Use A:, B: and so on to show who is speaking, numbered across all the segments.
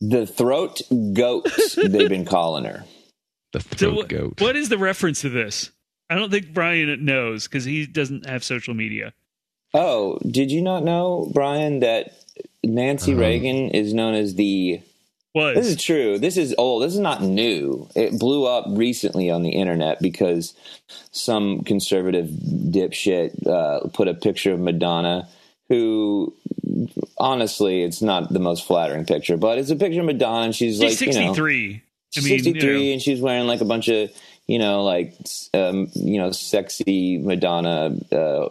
A: The throat goat, they've been calling her.
B: The
C: So
B: throat
C: what,
B: goat.
C: what is the reference to this? I don't think Brian knows because he doesn't have social media.
A: Oh, did you not know, Brian, that Nancy
B: Uh-huh.
A: Reagan is known as the.
C: Was
A: This is true. This is old. This is not new. It blew up recently on the internet because some conservative dipshit uh, put a picture of Madonna, who honestly, it's not the most flattering picture, but it's a picture of Madonna, and she's, like,
C: she's
A: you know,
C: 63. I mean,
A: 63
C: you know,
A: and she's wearing like a bunch of you know like s- um, you know sexy madonna uh,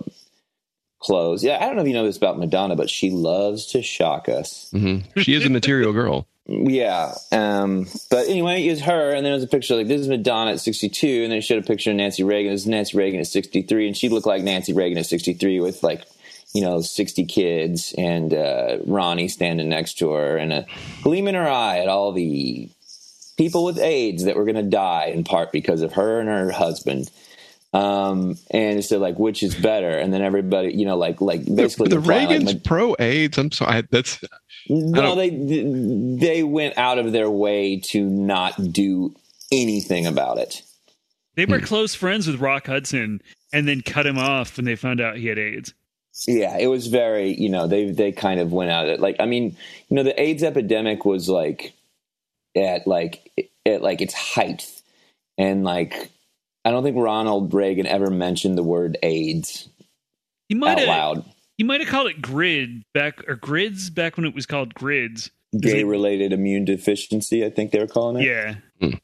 A: clothes yeah i don't know if you know this about madonna but she loves to shock us
B: Mhm. She is a material girl.
A: yeah um, but anyway it's her and then there's a picture like this is madonna at 62 and then it showed a picture of nancy reagan this is nancy reagan at 63 and she looked like nancy reagan at 63 with like you know 60 kids and uh, ronnie standing next to her and a gleam in her eye at all the people with AIDS that were going to die in part because of her and her husband. Um, and it said like, which is better? And then everybody, you know, like, like basically
B: the, the
A: implying, like,
B: Reagan's pro AIDS. I'm sorry. I- That's
A: no,
B: don't-
A: they they went out of their way to not do anything about it.
C: they were close friends with Rock Hudson and then cut him off when they found out he had AIDS.
A: Yeah, it was very, you know, they they kind of went at it. Like, I mean, you know, the AIDS epidemic was like at like at like its height, and like I don't think Ronald Reagan ever mentioned the word AIDS
C: He might
A: out
C: have
A: loud.
C: he might have called it grid back or grids back when it was called grids.
A: Gay
C: it-
A: related immune deficiency, I think they were calling it.
C: Yeah.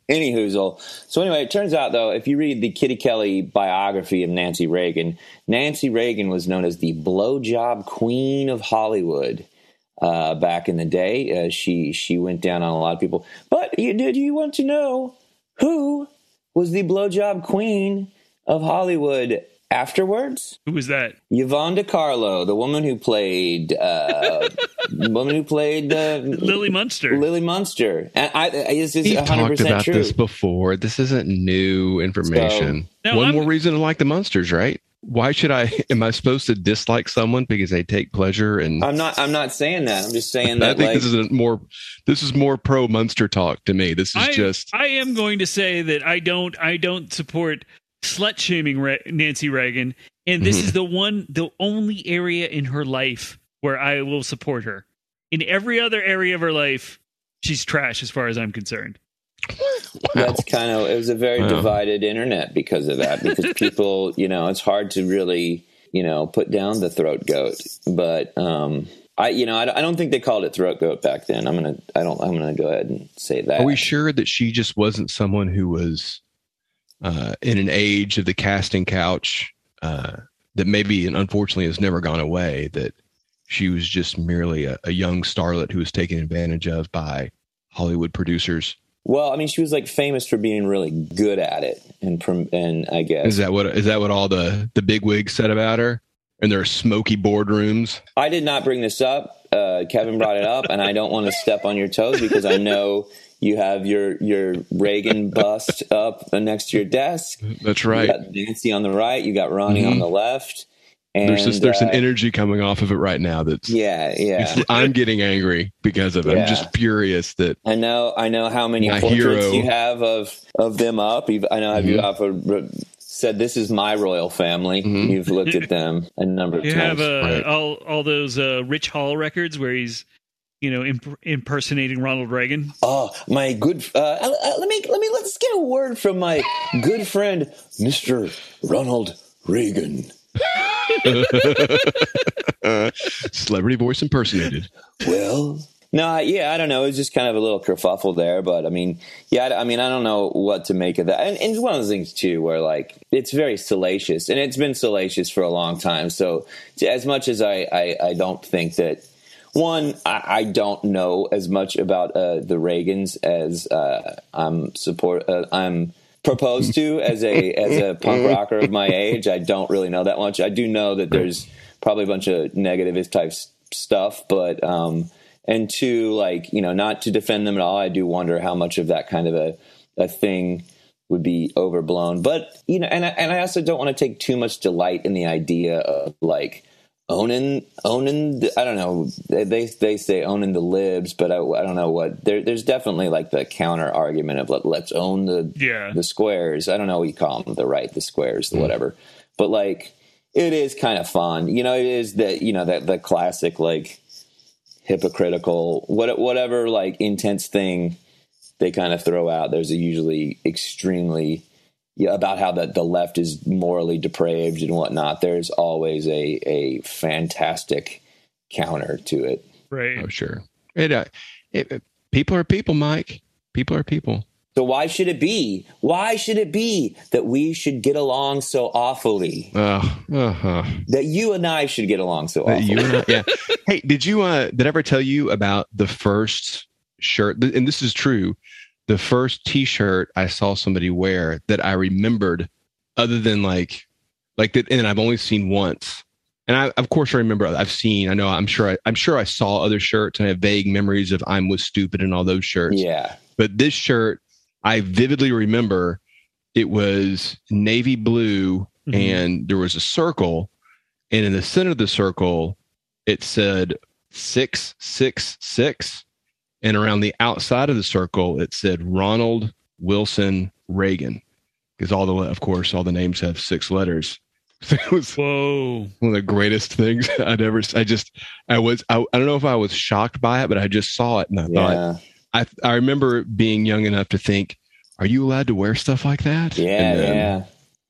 A: Any hoozle. So anyway, it turns out though, if you read the Kitty Kelly biography of Nancy Reagan, Nancy Reagan was known as the blowjob queen of Hollywood. Uh, back in the day, uh, she she went down on a lot of people. But you, did you want to know who was the blowjob queen of Hollywood afterwards?
C: Who was that?
A: Yvonne DiCarlo, the woman who played uh, woman who played uh,
C: Lily Munster.
A: Lily Munster, and I, I this is
B: we
A: one hundred
B: talked
A: percent
B: about
A: true.
B: this before. This isn't new information.
C: So- No,
B: One
C: I'm-
B: more reason to like the monsters, right? Why should I? Am I supposed to dislike someone because they take pleasure and?
A: I'm not. I'm not saying that. I'm just saying
B: I
A: that.
B: think
A: Like,
B: this is a more. This is more pro monster talk to me. This is
C: I,
B: just.
C: I am going to say that I don't I don't support slut shaming Re- Nancy Reagan, and this
B: Mhm.
C: is the one the only area in her life where I will support her. In every other area of her life, she's trash as far as I'm concerned.
B: Wow.
A: that's kind of. It was a very
B: Wow.
A: divided internet because of that. Because people, you know, it's hard to really, you know, put down the throat goat. But um, I, you know, I, don't- I don't think they called it throat goat back then. I'm gonna. I don't. I'm gonna go ahead and say that.
B: Are we sure that she just wasn't someone who was uh, in an age of the casting couch uh, that maybe and unfortunately has never gone away? That she was just merely a, a young starlet who was taken advantage of by Hollywood producers.
A: Well, I mean, she was like famous for being really good at it, and prom- and I guess
B: Is that what is that what all the the big wigs said about her? And their smoky boardrooms.
A: I did not bring this up. Uh, Kevin brought it up, and I don't want to step on your toes because I know you have your your Reagan bust up next to your desk.
B: That's
A: You
B: right. Mm-hmm.
A: got Nancy on the right. You got Ronnie on the left. And
B: there's just there's an
A: uh,
B: energy coming off of it right now. That's
A: yeah, yeah.
B: it's- I'm getting angry because of it.
A: Yeah.
B: I'm just furious that
A: I know, I know how many
B: My
A: portraits
B: hero. Mm-hmm.
A: you have of of them up. You've, I know have you have a, said this is my royal family.
B: Mhm.
A: You've looked at them a number of
C: You
A: times.
C: have uh,
B: Right.
C: all all those uh, Rich Hall records where he's you know imp- impersonating Ronald Reagan.
A: Oh, my good. Uh, uh, let me let me let's get a word from my good friend, Mister Ronald Reagan.
B: celebrity voice impersonated.
A: Well, no, yeah, I don't know. It was just kind of a little kerfuffle there, but I mean, yeah, I, I mean, I don't know what to make of that. And, and it's one of those things too, where like it's very salacious, and it's been salacious for a long time. So, t- as much as I, I, I don't think that one, I, I don't know as much about uh, the Reagans as uh, I'm support. Uh, I'm proposed to as a as a punk rocker of my age. I don't really know that much. I do know that there's probably a bunch of negativist type s- stuff, but um, and two, like you know, not to defend them at all. I do wonder how much of that kind of a a thing would be overblown. But you know, and I, and I also don't want to take too much delight in the idea of like owning owning the, i don't know they they say owning the libs but i, I don't know what there, there's definitely like the counter argument of like, let's own the
C: Yeah.
A: the squares i don't know what you call them the right the squares the whatever but like it is kind of fun you know it is that you know that the classic like hypocritical what whatever like intense thing they kind of throw out there's a usually extremely yeah, about how that the left is morally depraved and whatnot. There's always a a fantastic counter to it.
C: Right.
B: Oh, sure. It, uh, it, it- people are people, Mike. People are people.
A: So why should it be? Why should it be that we should get along so awfully?
B: Uh, uh-huh.
A: That you and I should get along so
B: That
A: awfully?
B: You and I, yeah. Hey, did you uh did I ever tell you about the first shirt? th- And this is true. The first T-shirt I saw somebody wear that I remembered, other than like, like that, and I've only seen once. And I, of course, I remember. I've seen. I know. I'm sure. I, I'm sure I saw other shirts, and I have vague memories of "I'm was stupid" and all those shirts.
A: yeah,
B: But this shirt, I vividly remember. It was navy blue
C: Mhm.
B: and there was a circle and in the center of the circle it said 666 and around the outside of the circle it said Ronald Wilson Reagan because all the of course all the names have six letters it was
C: Whoa.
B: one of the greatest things I'd ever I just I was I, I don't know if I was shocked by it but I just saw it and I thought
A: yeah,
B: I I remember being young enough to think are you allowed to wear stuff like that
A: yeah,
B: and then,
A: yeah.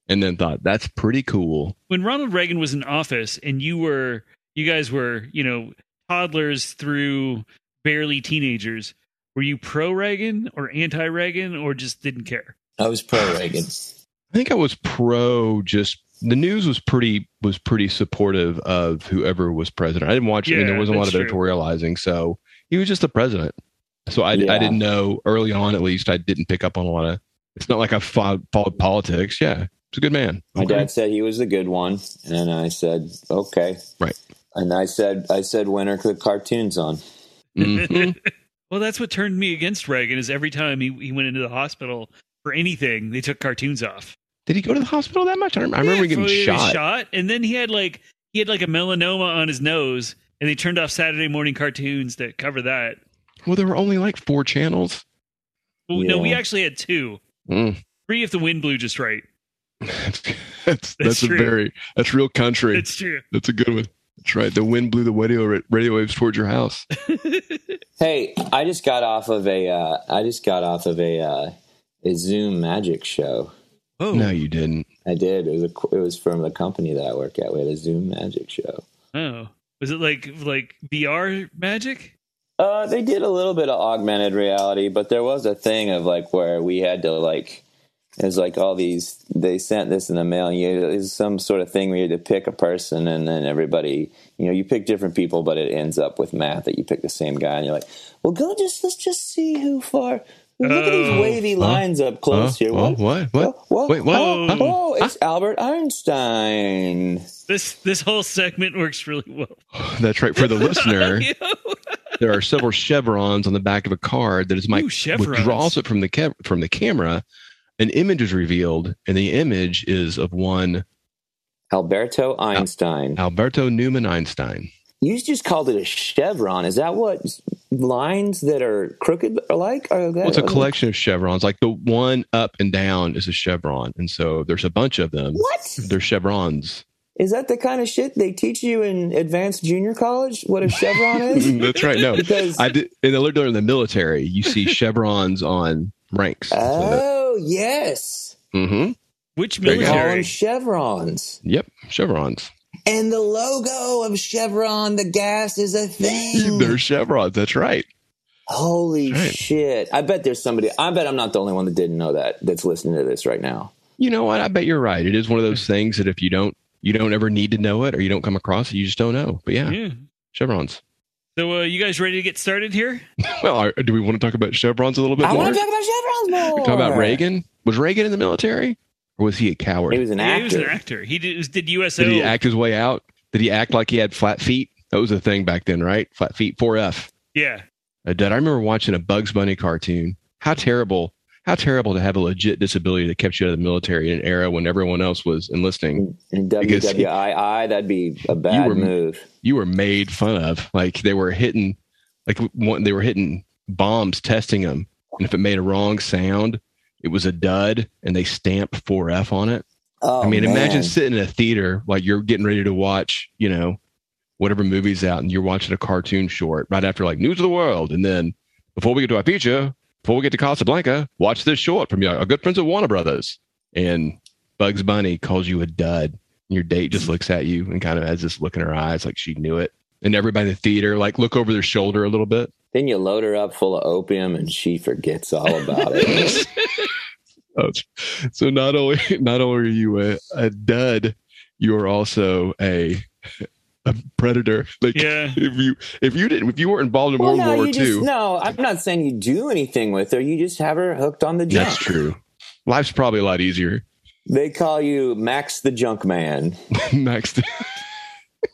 B: and then thought that's pretty cool
C: When Ronald Reagan was in office and you were, you guys were, you know, toddlers through barely teenagers, were you pro Reagan or anti Reagan or just didn't care?
A: I was pro Reagan.
B: I think I was pro just the news was pretty was pretty supportive of whoever was president. I didn't watch I mean, there
C: Yeah,
B: wasn't a lot of
C: that's true.
B: editorializing, so he was just the president. So I,
A: Yeah.
B: I didn't know early on at least I didn't pick up on a lot of it's not like I followed, followed politics. Yeah. He's a good man.
A: My
B: Okay.
A: dad said he was the good one, and I said okay.
B: Right.
A: And I said, I said, when are the cartoons on?
B: Mhm.
C: Well, that's what turned me against Reagan is every time he, he went into the hospital for anything, they took cartoons off.
B: Did he go to the hospital that much? I, don't, I remember
C: Yeah,
B: him getting
C: so he was
B: shot.
C: and then he had like he had like a melanoma on his nose, and they turned off Saturday morning cartoons that cover that.
B: Well, there were only like four channels.
C: Well, No,
A: Yeah.
C: we actually had two,
B: Mm.
C: three if the wind blew just right.
B: that's that's, that's a
C: true.
B: very that's real country.
C: It's true.
B: that's a good one. That's right. The wind blew the radio radio waves towards your house.
A: Hey, I just got off of a uh, I just got off of a uh, a Zoom magic show.
C: Oh,
B: No, you didn't.
A: I did. It was a, qu- it was from the company that I work at. We had a Zoom magic show.
C: oh, was it like like VR magic?
A: Uh, they did a little bit of augmented reality, but there was a thing of like where we had to like it was like all these they sent this in the mail. You it was some sort of thing where you had to pick a person, and then everybody you know you pick different people, but it ends up with math that you pick the same guy, and you're like, well, go just let's just see who far. Look at these
C: Oh.
A: wavy lines up
B: Huh?
A: close here.
B: Huh?
A: What?
B: What? What?
A: What?
B: Wait, what?
A: Oh,
B: Huh?
A: oh, it's Albert Einstein.
C: This this whole segment works really well.
B: Oh, That's right. For the listener,
C: You know?
B: there are several chevrons on the back of a card that is Mike
C: Ooh, chevrons.
B: withdraws it from the ca- from the camera. An image is revealed, and the image is of one
A: Alberto
B: Oh.
A: Einstein.
B: Alberto Newman Einstein.
A: You just called it a chevron. Is that what lines that are crooked are like? Are that,
B: Well, it's a collection of chevrons. Like the one up and down is a chevron, and so there's a bunch of them.
A: What
B: They're chevrons.
A: is that? The kind of shit they teach you in advanced junior college? What a chevron is?
B: Mm, That's right. No,
A: Because
B: I did. And they're in the military. You see chevrons on ranks.
A: oh yes,
B: mm-hmm.
C: Which
B: There you
A: we
B: go.
A: call them
C: military?
A: chevrons.
B: Yep, chevrons.
A: And the logo of Chevron, the gas is a thing.
B: They're chevrons. That's right.
A: Holy
B: Right.
A: shit! I bet there's somebody. I bet I'm not the only one that didn't know that. That's listening to this right now.
B: You know what? I bet you're right. It is one of those things that if you don't, you don't ever need to know it, or you don't come across it, you just don't know. But yeah,
C: Yeah.
B: chevrons.
C: So, uh, you guys ready to get started here?
B: Well, are, do we want to talk about chevrons a little bit
A: I
B: more?
A: want to talk about chevrons more.
B: talk about Reagan. Was Reagan in the military, or was he a coward?
A: He was an
C: Yeah,
A: actor.
C: He was an actor. He did, did USO.
B: Did he act his way out? Did he act like he had flat feet? That was a thing back then, right? Flat feet, 4F.
C: Yeah.
B: Uh, Dad, I remember watching a Bugs Bunny cartoon. How terrible! How terrible to have a legit disability that kept you out of the military in an era when everyone else was enlisting.
A: In
B: Because-
A: WWII, that'd be a bad
B: were-
A: move.
B: You were made fun of. Like they were hitting, like one, they were hitting bombs, testing them, and if it made a wrong sound, it was a dud, and they stamped four F on it.
A: Oh,
B: I mean, imagine
A: man.
B: sitting in a theater like you're getting ready to watch, you know, whatever movie's out, and you're watching a cartoon short right after like News of the World, and then before we get to our feature, before we get to Casablanca, watch this short from your our good friends at Warner Brothers, and Bugs Bunny calls you a dud, and your date just looks at you and kind of has this look in her eyes like she knew it, and everybody in the theater like look over their shoulder a little bit.
A: Then you load her up full of opium and she forgets all about it.
B: Oh, so not only not only are you a, a dud, you are also a a predator. Like
C: Yeah.
B: if you if you didn't if you weren't involved in World
A: no,
B: War
A: you
B: II,
A: just no. I'm not saying you do anything with her. You just have her hooked on the junk.
B: that's true. Life's probably a lot easier.
A: They call you Max the Junk Man.
B: Max.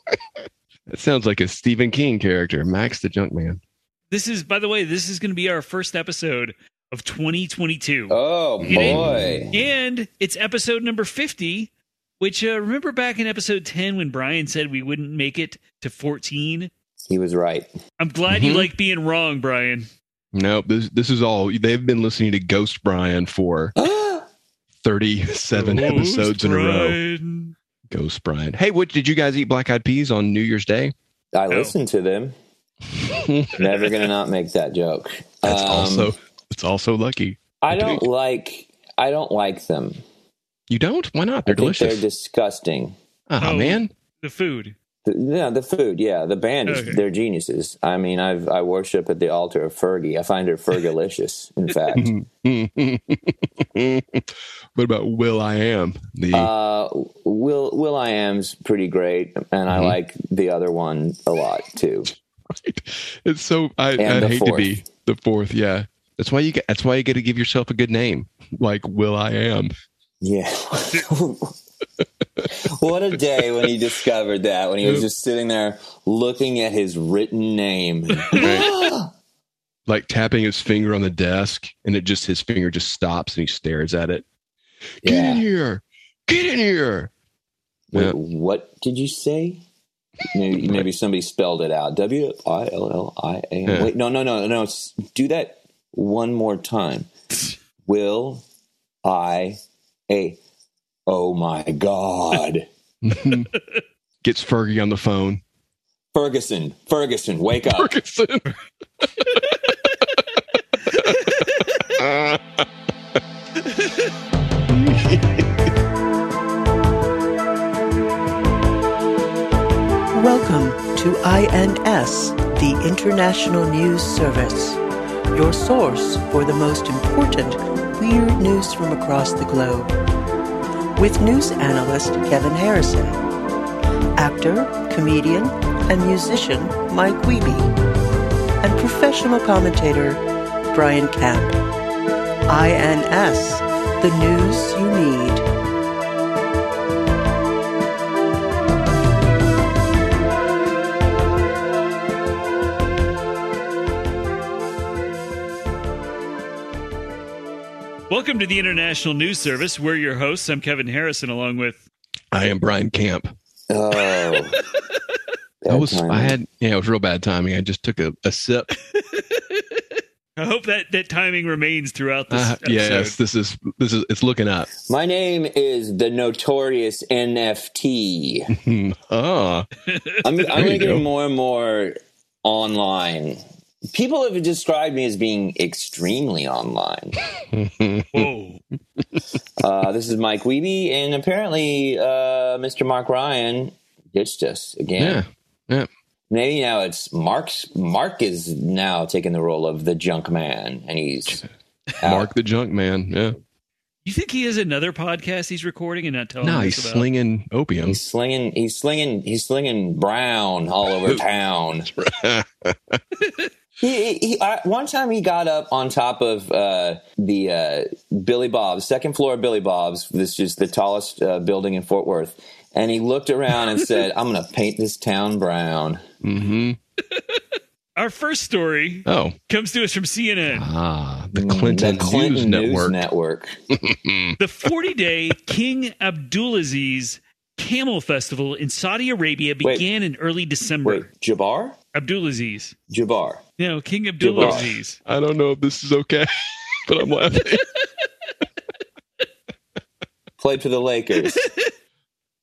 B: The, that sounds like a Stephen King character, Max the Junk Man.
C: This is, by the way, this is going to be our first episode of 2022.
A: Oh
C: You didn't-
A: boy!
C: And it's episode number 50, which uh, remember back in episode 10 when Brian said we wouldn't make it to 14?
A: He was right.
C: I'm glad you
B: Mhm.
C: like being wrong, Brian.
B: Nope, this this is all they've been listening to Ghost Brian for thirty seven
C: Ghost
B: episodes in a row.
C: Brian.
B: Ghost Brian. Hey, what did you guys eat black eyed peas on New Year's Day? Oh.
A: I listened to them. Never gonna not make that joke.
B: That's
A: Um,
B: also it's also lucky.
A: I don't like. I don't like them.
B: You don't? Why not?
A: I
B: They're
A: think
B: delicious.
A: They're disgusting.
B: Ah,
C: Oh.
B: man.
C: The food.
A: The, no, the food. Yeah, the band is.
C: Okay.
A: They're geniuses. I mean, I've I worship at the altar of Fergie. I find her Fergalicious. in fact.
B: what about Will I Am? The
A: Uh, Will Will I Am's pretty great, and I
B: Mhm.
A: like the other one a lot too.
B: it's so I,
A: and
B: I
A: the
B: hate
A: fourth.
B: to be the fourth, yeah. That's why you get that's why you gotta give yourself a good name. Like Will I Am.
A: Yeah. what a day when he discovered that. When he was just sitting there looking at his written name.
B: Like tapping his finger on the desk and it just his finger just stops and he stares at it. Get in
A: yeah.
B: here. Get in here.
A: Wait,
B: Yeah.
A: What did you say? Maybe, maybe somebody spelled it out. W I L L I A. M.
B: Yeah.
A: Wait, no, no, no, no. S- Do that one more time. Will I A? Oh my God.
B: Gets Fergie on the phone.
A: Ferguson, Ferguson, wake up.
B: Ferguson.
D: Welcome to INS, the International News Service, your source for the most important weird news from across the globe. With news analyst Kevin Harrison, actor, comedian, and musician Mike Wiebe, and professional commentator Brian Camp. INS, the news you need.
C: Welcome to the International News Service. We're your hosts. I'm Kevin Harrison, along with
B: I am Brian Camp.
A: Oh.
B: I
A: Bad
B: was I
A: timing.
B: had yeah, it was real bad timing. I just took a, a sip.
C: I hope that that timing remains throughout this
B: Uh,
C: episode.
B: yes, this is this is it's looking up.
A: My name is the notorious NFT.
B: Hmm. Ah,
A: I'm, I'm
B: you
A: going to
B: go.
A: get more and more online. People have described me as being extremely online.
C: Whoa.
A: Uh, this is Mike Wiebe, and apparently uh, Mr. Mark Ryan ditched us again.
B: yeah.
A: Maybe now it's Mark's. Mark is now taking the role of the junk man, and he's out.
B: Mark the junk man. Yeah.
C: You think he has another podcast he's recording and not telling
B: no,
C: us
B: he's
C: about?
B: slinging opium.
A: He's slinging. He's slinging. He's slinging brown all over town. He, he, he- I, one time he got up on top of uh, the uh, Billy Bob's second floor of Billy Bob's. This is the tallest uh, building in Fort Worth, and he looked around and said, "I'm going to paint this town brown."
B: hmm
C: Our first story
B: Mm-hmm. Oh,
C: comes to us from CNN.
B: ah, the Clinton, News Network.
C: The 40 day King Abdulaziz Camel Festival in Saudi Arabia
A: Wait.
C: began in early
A: Wait,
C: December.
A: Jabbar?
C: Abdulaziz.
A: Jabbar.
C: No, King
A: Jabbar.
C: Abdulaziz.
B: I don't know if this is okay, but I'm laughing.
A: Played for the Lakers.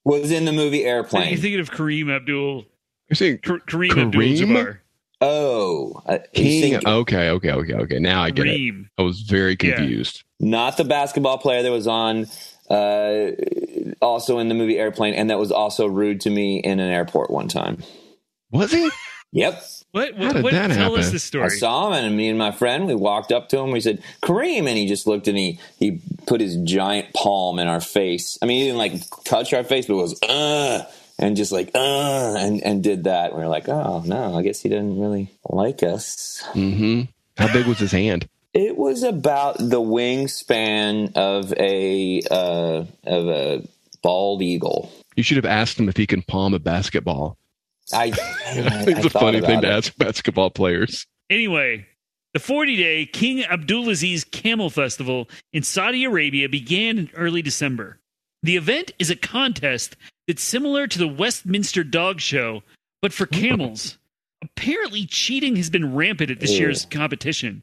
A: was in the movie
C: You're
A: Airplane.
C: thinking of Kareem Abdul.
B: You're saying
C: K- Kareem,
B: Kareem?
C: Abdul-Jabbar.
A: oh, I- I
B: King.
A: think-
B: Okay, okay, okay, okay. Now I get it.
C: Kareem.
B: I was very
C: Yeah.
B: confused.
A: not the basketball player that was on uh, also in the movie Airplane and that was also rude to me in an airport one time.
B: Was he?
A: Yep.
C: What? What?
B: did
C: what
B: that
C: tell us
B: happen?
C: the
A: I
C: story.
A: saw him, and me and my friend, we walked up to him. We said, "Kareem," and he just looked and he he put his giant palm in our face. I mean, he didn't like touch our face, but was uh, and just like uh, and and did that. And we were like, "Oh no, I guess he didn't really like us."
B: Mm-hmm. How big was his hand?
A: It was about the wingspan of a uh, of a bald eagle.
B: You should have asked him if he can palm a basketball.
A: I, I,
B: it's
A: I
B: a
A: thought
B: funny
A: about
B: thing to
A: it.
B: ask basketball players.
C: Anyway, the 40 day King Abdulaziz Camel Festival in Saudi Arabia began in early December. The event is a contest that's similar to the Westminster Dog Show, but for camels. Apparently, cheating has been rampant at this
A: Ew.
C: year's competition.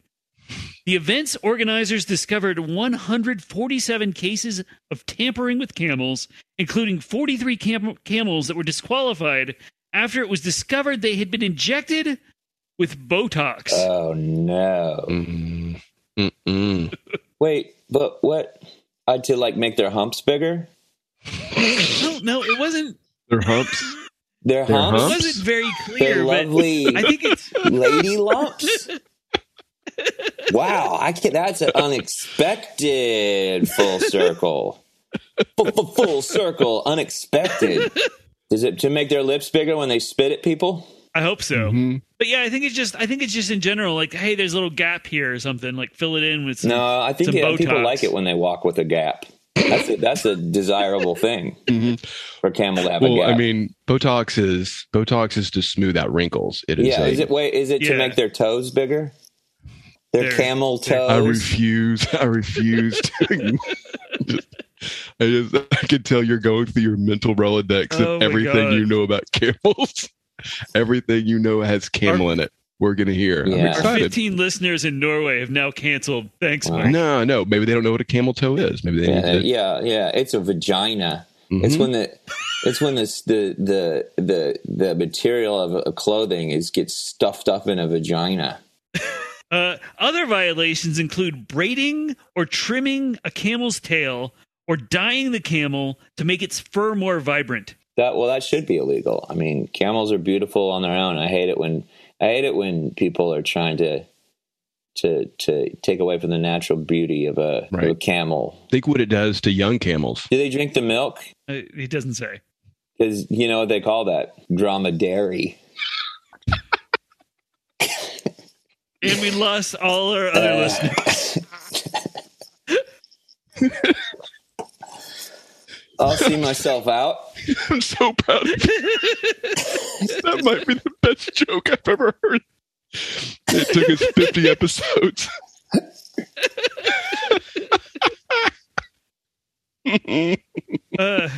C: The event's organizers discovered 147 cases of tampering with camels, including 43 cam- camels that were disqualified after it was discovered they had been injected with Botox.
A: Oh no!
B: Mm.
A: Mm-hmm.
B: Mm-mm.
A: Wait, but what? Uh, to like make their humps bigger?
C: no, no, it wasn't.
B: Their humps.
A: Their,
B: Their
A: humps?
C: It
B: humps?
C: wasn't very clear.
A: They're
C: But
A: lovely
C: I think it's.
A: lady lumps. Wow, I can, that's an unexpected full circle. Full, full, full circle, unexpected. Is it to make their lips bigger when they spit at people?
C: I hope so.
B: Mhm.
C: But yeah, I think it's just. I think it's just in general. Like, hey, there's a little gap here or something. Like, fill it in with. Some,
A: No, I think
C: Some
A: yeah, people
C: Botox.
A: like it when they walk with a gap. That's a, that's a desirable thing
B: Mhm.
A: for a camel to have a
B: Well,
A: gap.
B: I mean, Botox is Botox is to smooth out wrinkles. It is.
A: yeah,
B: a-
A: is it wait? Is it
C: Yeah.
A: to make their toes bigger? Their
C: Their-
A: camel
C: their-
A: toes.
B: I refuse. I refuse. to just, I just I can tell you're going through your mental rolodex of
C: Oh my
B: everything
C: God.
B: you know about camels. everything you know has camel in it. We're gonna hear. I'm
A: Yeah.
C: Our
B: excited.
C: 15 listeners in Norway have now canceled. Thanks,
A: Wow.
C: Mike.
B: No, no. Maybe they don't know what a camel toe is. Maybe they
A: yeah,
B: need to.
A: yeah, yeah. It's a vagina. It's
B: Mhm.
A: when the it's when this the the the the material of a clothing is gets stuffed up in a vagina.
C: Uh, other violations include braiding or trimming a camel's tail or dyeing the camel to make its fur more vibrant.
A: That well, that should be illegal. I mean, camels are beautiful on their own. I hate it when I hate it when people are trying to to to take away from the natural beauty of a, of a
B: Right.
A: camel.
B: Think what it does to young camels.
A: Do they drink the milk?
C: Uh, it doesn't say.
A: Because you know what they call that dromedary.
C: And we lost all our other
A: Uh,
C: listeners.
A: I'll see myself out.
B: I'm so proud of you. that might be the best joke I've ever heard. It took us 50 episodes.
C: Uh,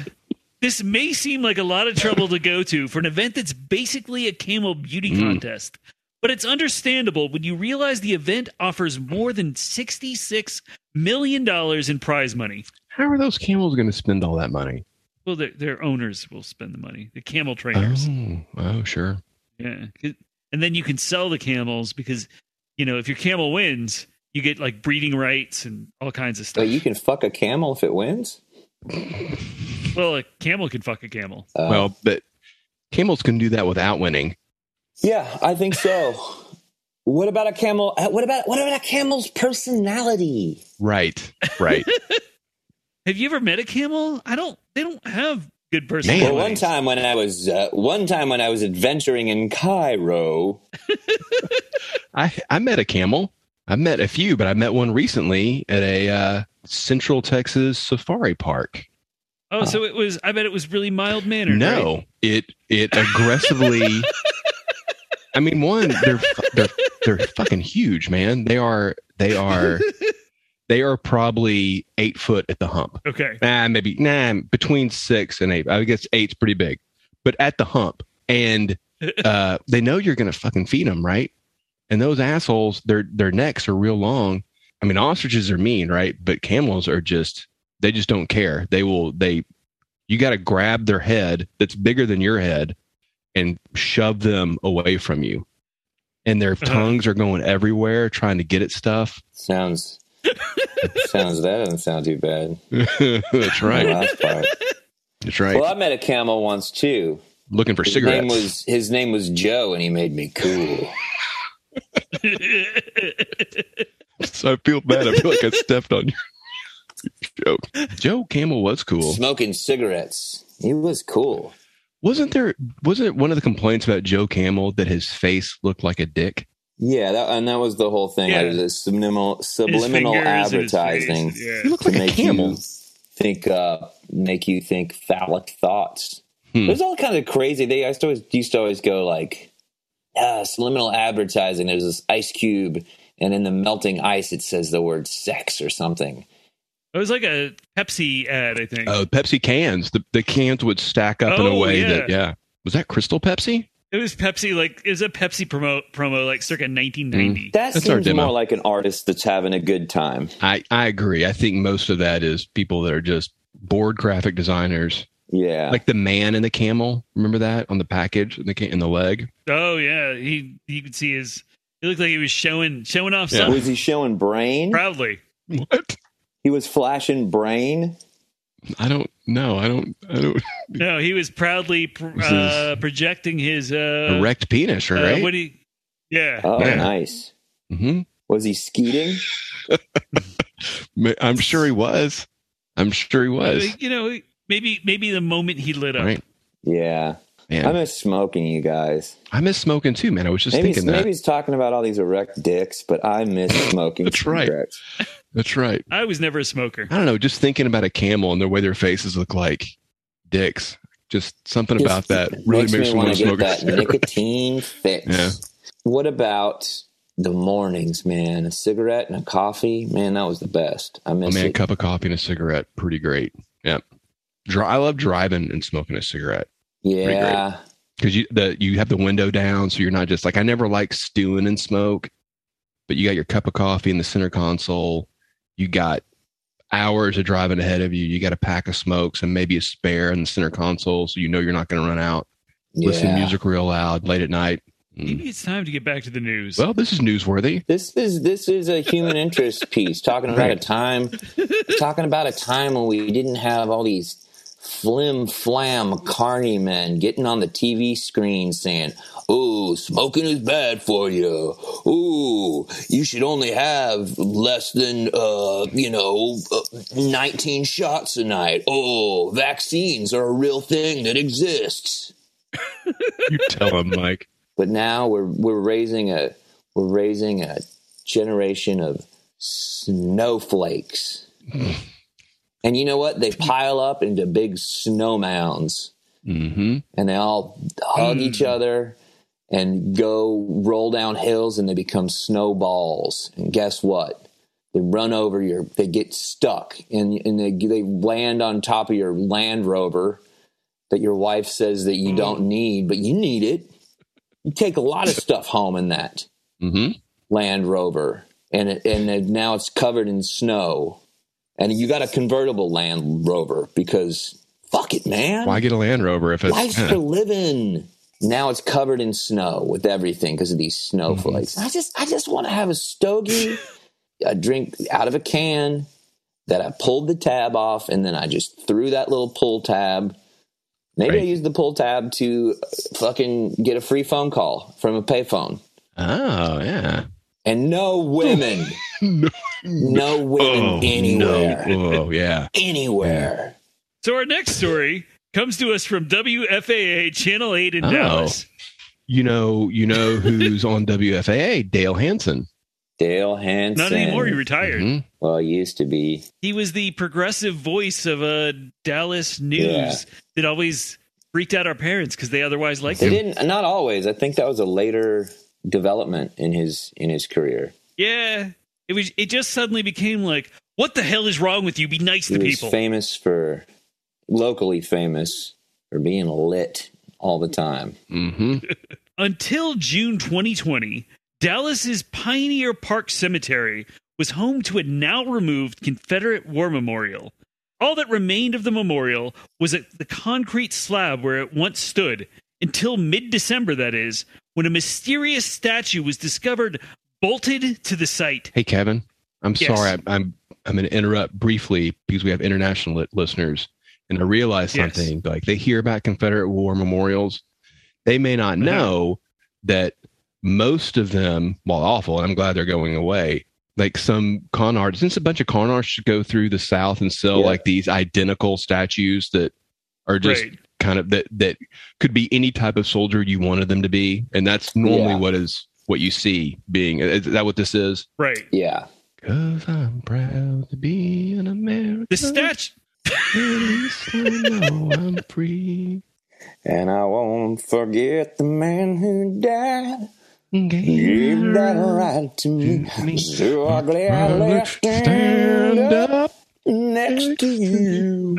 C: this may seem like a lot of trouble to go to for an event that's basically a camel beauty contest, but it's understandable when you realize the event offers more than $66 million in prize money.
B: How are those camels going to spend all that money?
C: Well, their, their owners will spend the money, the camel trainers.
B: Oh, oh, sure.
C: Yeah. And then you can sell the camels because, you know, if your camel wins, you get like breeding rights and all kinds of
A: But
C: stuff.
A: you can fuck a camel if it wins.
C: well, a camel can fuck a camel.
A: Uh,
B: well, but camels can do that without winning.
A: yeah, I think so. what about a camel? uh, What about what about a camel's personality?
B: Right, right.
C: Have you ever met a camel? I don't, they don't have good
A: Well,
C: personalities.
A: one time when I was uh, one time when I was adventuring in Cairo,
B: I, I met a camel. I met a few, but I met one recently at a uh, Central Texas safari park.
C: Oh, so it was. I bet it was really mild mannered.
B: No, it it aggressively. I mean, one, they're they're they're fucking huge, man. They are they are they are probably eight foot at the hump.
C: Okay.
B: Nah, maybe nah between six and eight. I guess eight's pretty big, but at the hump, and uh, they know you're gonna fucking feed them, right? And those assholes, their their necks are real long. I mean, ostriches are mean, right? But camels are just they just don't care. They will they you got to grab their head that's bigger than your head and shove them away from you. And their tongues are going everywhere trying to get at stuff.
A: Sounds sounds that doesn't sound too bad.
B: that's
A: The
B: right.
A: last part.
B: That's right.
A: Well, I met a camel once too.
B: Looking for
A: His
B: cigarettes.
A: name was his name was Joe, and he made me cool.
B: So I feel bad. I feel like I stepped on your joke. Joe Camel was cool.
A: Smoking cigarettes, he was cool.
B: Wasn't there? Wasn't one of the complaints about Joe Camel that his face looked like a dick?
A: Yeah, that, and that was the whole thing.
C: Yeah.
A: Like, the subliminal
C: His
A: subliminal
C: fingers and his
A: advertising
C: face,
B: He
C: Yeah.
B: looked like a
A: you
B: camel.
A: think, uh, make you think phallic thoughts.
B: Hmm.
A: There's all kinds of crazy. They I used to always, used to always go like, ah, subliminal advertising. There's this ice cube, and in the melting ice, it says the word sex or something.
C: It was like a Pepsi ad, I think.
B: Oh, Pepsi cans. The the cans would stack up in a
C: Oh,
B: way
C: yeah.
B: that yeah. Was that Crystal Pepsi?
C: It was Pepsi, like it was a Pepsi promo, promo like circa 1990.
A: Mm. That
B: That's our
A: seems
B: demo.
A: more like an artist that's having a good time.
B: I I agree. I think most of that is people that are just bored graphic designers,
A: Yeah,
B: like the man and the camel. Remember that on the package in the ca- in the leg.
C: Oh yeah, he he could see his. It looked like he was showing showing off
B: Yeah.
C: something
A: was he showing brain?
C: proudly.
B: What?
A: He was flashing brain.
B: I don't know. I don't. I don't.
C: No, he was proudly pr-
B: This is-
C: uh, projecting his uh,
B: erect penis,
C: uh,
B: right?
C: what do you? Yeah,
A: Oh,
B: Yeah.
A: nice.
B: mm-hmm.
A: Was he skeeting?
B: Ma- I'm sure he was. I'm sure he was.
C: you know, maybe maybe the moment he lit up.
B: Right.
A: Yeah,
B: Man,
A: I miss smoking, you guys.
B: I miss smoking too, man. I was just
A: maybe,
B: thinking
A: maybe
B: that.
A: he's talking about all these erect dicks, but I miss smoking.
B: That's right.
A: cigarettes.
B: That's right.
C: I was never a smoker.
B: I don't know. Just thinking about a camel and the way their faces look like dicks. Just something
A: Just
B: about that really makes, me
A: wanna
B: want to smoke. a
A: get that
B: cigarette.
A: nicotine fix.
B: Yeah.
A: What about the mornings, man? A cigarette and a coffee, man. That was the best. I
B: Oh,
A: miss
B: man,
A: it.
B: cup of coffee and a cigarette, pretty great. Yeah. Dri- I love driving and smoking a cigarette
A: Yeah,
B: because you the you have the window down, so you're not just like I never like stewing in smoke, but you got your cup of coffee in the center console. You got hours of driving ahead of you. You got a pack of smokes and maybe a spare in the center console, so you know you're not going to run out. Listen to
A: Yeah.
B: music real loud late at night. Mm.
C: Maybe it's time to get back to the news.
B: Well, this is newsworthy.
A: This is this is a human interest piece talking about a time talking about a time when we didn't have all these flim flam carny men getting on the TV screen saying, "Oh, smoking is bad for you. Ooh, you should only have less than uh, you know, uh, 19 shots a night. Oh, vaccines are a real thing that exists."
B: You tell him, Mike.
A: but now we're we're raising a we're raising a generation of snowflakes and you know what they pile up into big snow mounds
B: hmm
A: and they all hug each other and go roll down hills and they become snowballs and guess what they run over your they get stuck and, and they, they land on top of your land rover that your wife says that you don't need but you need it you take a lot of stuff home in that
B: hmm
A: land rover and it, and it, now it's covered in snow and you got a convertible land rover because fuck it man
B: Why get a Land Rover if it's
A: Life's for living. Now it's covered in snow with everything because of these snowflakes. I just, I just want to have a stogie, a drink out of a can that I pulled the tab off, and then I just threw that little pull tab. Maybe I
B: Right.
A: used the pull tab to fucking get a free phone call from a payphone,
B: oh yeah?
A: and no women, no women
B: Oh,
A: anywhere,
B: no. Oh yeah.
A: anywhere.
C: so our next story comes to us from WFAA Channel Eight in
B: Oh.
C: Dallas.
B: you know, you know who's on WFAA? Dale Hansen.
A: Dale Hansen.
C: Not anymore. He retired.
B: Mhm.
A: well, he used to be.
C: He was the progressive voice of uh, Dallas news
A: Yeah.
C: that always freaked out our parents because they otherwise liked
A: They
C: him.
A: didn't. Not always. I think that was a later. development in his in his career.
C: Yeah. It was it just suddenly became like, what the hell is wrong with you? Be nice
A: He
C: to
A: was
C: people.
A: famous for locally famous for being lit all the time.
B: Mm-hmm.
C: Until June 2020, Dallas's Pioneer Park Cemetery was home to a now removed Confederate War Memorial. All that remained of the memorial was at the concrete slab where it once stood, until mid December, that is, when a mysterious statue was discovered bolted to the site.
B: Hey, Kevin. I'm
C: Yes.
B: sorry. I, I'm I'm going to interrupt briefly because we have international li- listeners, and I realize
C: Yes.
B: something. Like they hear about Confederate War memorials, they may not
C: Uh-huh.
B: know that most of them, while awful, and I'm glad they're going away. Like some con artists, since a bunch of con artists should go through the South and sell
A: Yeah.
B: like these identical statues that are just
C: right.
B: kind of that that could be any type of soldier you wanted them to be, and that's normally
A: Yeah.
B: what is what you see being. Is that what this is?
C: Right.
A: Yeah.
B: Cause I'm proud to be an American.
C: The statue.
B: At least I know I'm free.
A: And I won't forget the man who died.
B: Gave
A: Give that right to
B: To me.
A: me. So ugly I left stand up next to you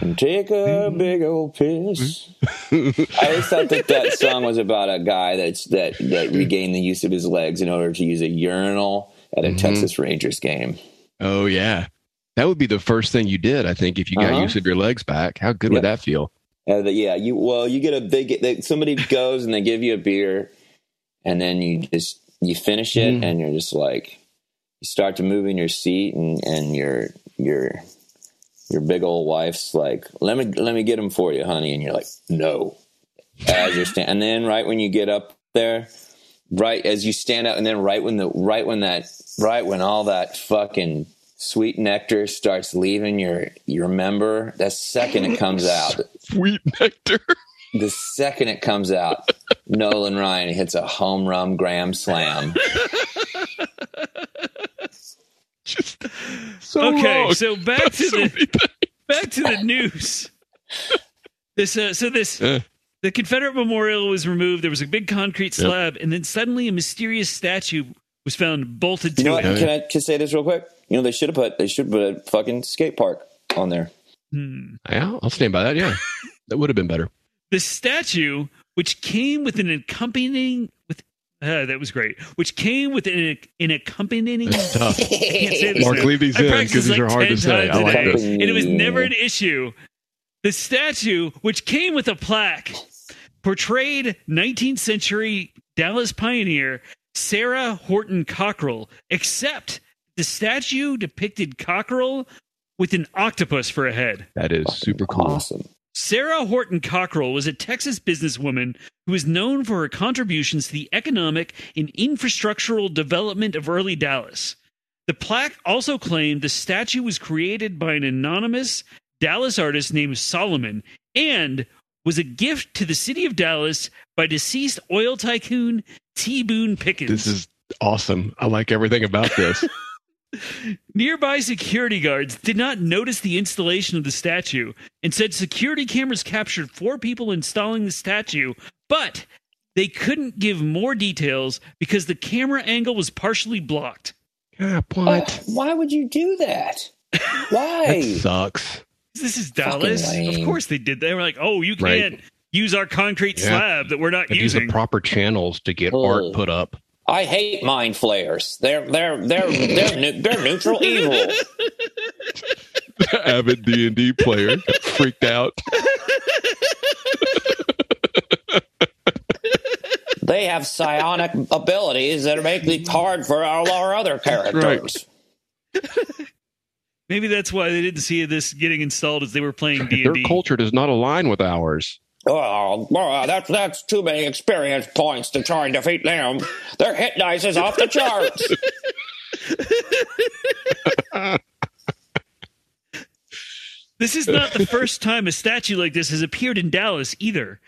A: and take a big old piss. I always thought that that song was about a guy that's that that regained the use of his legs in order to use a urinal at a
B: Mhm.
A: Texas Rangers game.
B: Oh yeah, that would be the first thing you did, I think, if you got
A: Uh-huh.
B: use of your legs back. How good would
A: Yeah.
B: that feel?
A: Uh, but yeah, you well, you get a big. They, somebody goes and they give you a beer, and then you just you finish it,
B: Mhm.
A: and you're just like you start to move in your seat, and and your your your big old wife's like, let me let me get them for you, honey, and you're like, no, as you're stand, and then right when you get up there, right as you stand up, and then right when the right when that right when all that fucking sweet nectar starts leaving your your member, that second it comes out,
B: Sweet nectar.
A: the second it comes out, Nolan Ryan hits a home run gram slam.
B: Just so
C: Okay,
B: wrong.
C: so back to
B: So
C: the
B: many things.
C: back to the news. This uh, so this
B: Uh.
C: the Confederate memorial was removed. There was a big concrete
B: Yep.
C: slab, and then suddenly a mysterious statue was found bolted to
A: You know what?
C: it.
B: Yeah.
A: Can I just say this real quick? You know they should have put they should put a fucking skate park on there.
C: Hmm.
B: Yeah, I'll stand by that. Yeah, that would have been better.
C: The statue, which came with an accompanying with uh, that was great, which came with an, an accompanying.
B: That's tough.
C: I can't say this
B: Mark,
C: now.
B: leave these
C: I
B: in
C: practiced
B: because these
C: like
B: are hard
C: 10
B: to say.
C: times
B: I
C: a
B: like
C: day,
B: this.
A: this.
C: And it was never an issue. The statue, which came with a plaque, portrayed 19th century Dallas pioneer Sarah Horton Cockrell, except the statue depicted Cockrell with an octopus for a head.
B: That is super cool.
A: Awesome.
C: Sarah Horton Cockrell was a Texas businesswoman who is known for her contributions to the economic and infrastructural development of early Dallas. The plaque also claimed the statue was created by an anonymous Dallas artist named Solomon and was a gift to the city of Dallas by deceased oil tycoon T. Boone Pickens.
B: This is awesome. I like everything about this.
C: Nearby security guards did not notice the installation of the statue and said security cameras captured four people installing the statue, but they couldn't give more details because the camera angle was partially blocked.
B: God, what?
A: Oh, why would you do that?
B: That
A: Why?
B: sucks.
C: This is Dallas.
A: Fucking lame.
C: Of course they did. They were like, "Oh, you
B: Right.
C: can't use our concrete
B: Yeah.
C: slab that we're not
B: And use the
C: using."
B: proper channels to get
A: Oh.
B: art put up.
A: I hate mind flayers. They're they're they're they're, nu- they're neutral evil.
B: Avid D and D player freaked out.
A: They have psionic abilities that make it hard for all our other characters.
B: Right.
C: Maybe that's why they didn't see this getting installed as they were playing D
B: Their
C: and D.
B: culture does not align with ours.
A: Oh, well, that's that's too many experience points to try and defeat them. Their hit dice is off the charts.
C: This is not the first time a statue like this has appeared in Dallas either.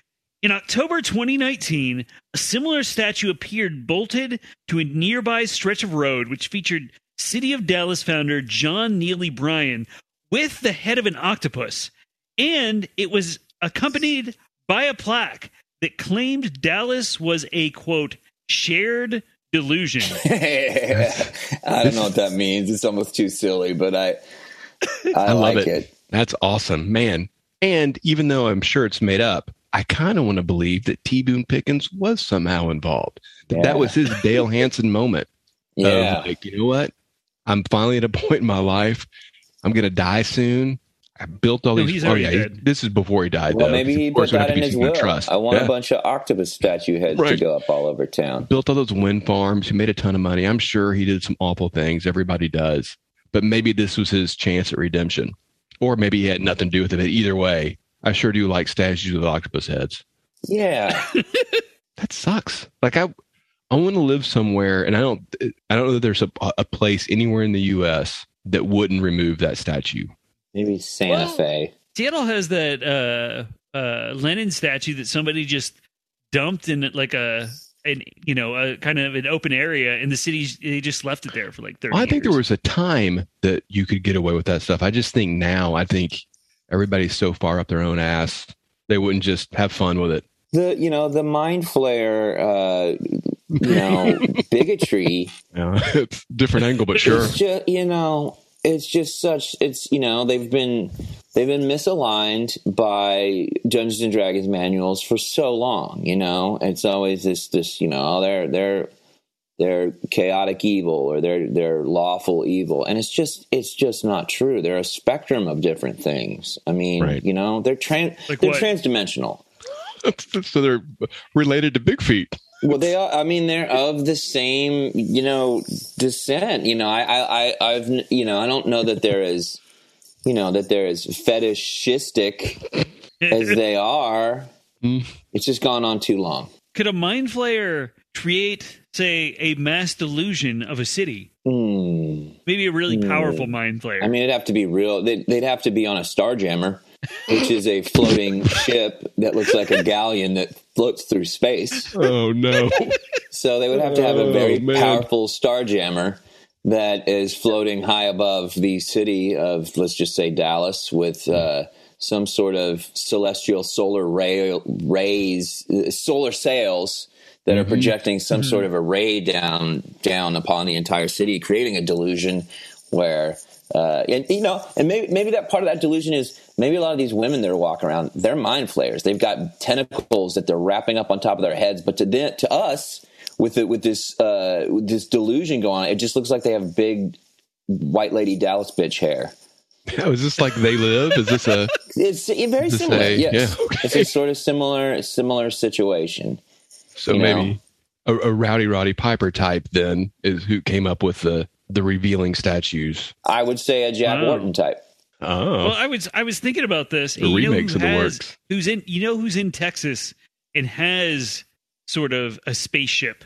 C: In October 2019, a similar statue appeared bolted to a nearby stretch of road which featured City of Dallas founder John Neely Bryan with the head of an octopus. And it was accompanied by a plaque that claimed Dallas was a quote shared delusion.
A: I don't know what that means. It's almost too silly, but I I,
B: I love
A: like
B: it. Oh, That's awesome, man. And even though I'm sure it's made up, I kind of want to believe that T. Boone Pickens was somehow involved. That
A: Yeah.
B: that was his Dale Hansen moment
A: Yeah.
B: of like, you know what? I'm finally at a point in my life. I'm gonna die soon. I built all
C: No,
B: these.
C: he's
B: oh
C: already
B: yeah, he-
C: dead.
B: this is before he died.
A: well,
B: though,
A: maybe
B: 'cause
A: he
B: of course
A: put
B: it had
A: that
B: to
A: in
B: be
A: his
B: people
A: will.
B: to Trust.
A: I want
B: Yeah.
A: a bunch of octopus statue heads to
B: Right.
A: go up all over town.
B: built all those wind farms. He made a ton of money. I'm sure he did some awful things. Everybody does. But maybe this was his chance at redemption. Or maybe he had nothing to do with it. But either way, I sure do like statues with octopus heads.
A: Yeah,
B: That sucks. Like I I want to live somewhere and I don't I don't know that there's a, a place anywhere in the US that wouldn't remove that statue.
A: maybe Santa
C: Well-
A: Fe.
C: Seattle has that uh, uh, Lenin statue that somebody just dumped in like a an you know a kind of an open area in the city. They just left it there for like thirty.
B: I think there was
C: years.
B: a time that you could get away with that stuff. I just think now I think everybody's so far up their own ass they wouldn't just have fun with it.
A: The you know the mind flare, uh, you know bigotry.
B: Yeah, it's a different angle, but sure.
A: It's just you know it's just such it's you know they've been they've been misaligned by Dungeons and Dragons manuals for so long. You know it's always this this you know oh, they're they're they're chaotic evil or they're they're lawful evil and it's just it's just not true they're a spectrum of different things i mean
B: Right.
A: you know they're trans
C: Like
A: they're
C: what?
A: transdimensional
B: so they're related to Big Feet.
A: Well, they are. I mean, they're of the same, you know, descent. You know, I, I, I I've, you know, I don't know that there is, you know, that they're as fetishistic as they are.
B: Mm.
A: It's just gone on too long.
C: Could a mind flayer create, say, a mass delusion of a city?
A: Hmm.
C: Maybe a really powerful mind flayer.
A: I mean, it'd have to be real. They'd, they'd have to be on a Starjammer, which is a floating ship that looks like a galleon that floats through space.
B: Oh no!
A: So they would have to have a very
B: Oh, man.
A: powerful starjammer that is floating high above the city of, let's just say, Dallas, with uh, some sort of celestial solar ray, rays, uh, solar sails that
B: Mm-hmm.
A: are projecting some sort of a ray down down upon the entire city, creating a delusion where. Uh, and you know, and maybe maybe that part of that delusion is maybe a lot of these women that are walking around, they're mind flayers. They've got tentacles that they're wrapping up on top of their heads. But to them, to us, with it with this uh, with this delusion going on, it just looks like they have big white lady Dallas bitch hair.
B: is this like they live? Is this a
A: It's very
B: Just
A: similar.
B: say,
A: yes,
B: yeah, okay.
A: it's a sort of similar similar situation.
B: so
A: You know.
B: maybe a, a rowdy Roddy Piper type? Then is who came up with the the revealing statues?
A: I would say a Jack
C: Wow.
A: Wharton type.
B: Oh,
C: well, I was I was thinking about this.
B: The
C: and you know
B: remakes
C: who
B: of the
C: has-
B: works.
C: Who's in? You know who's in Texas and has sort of a spaceship?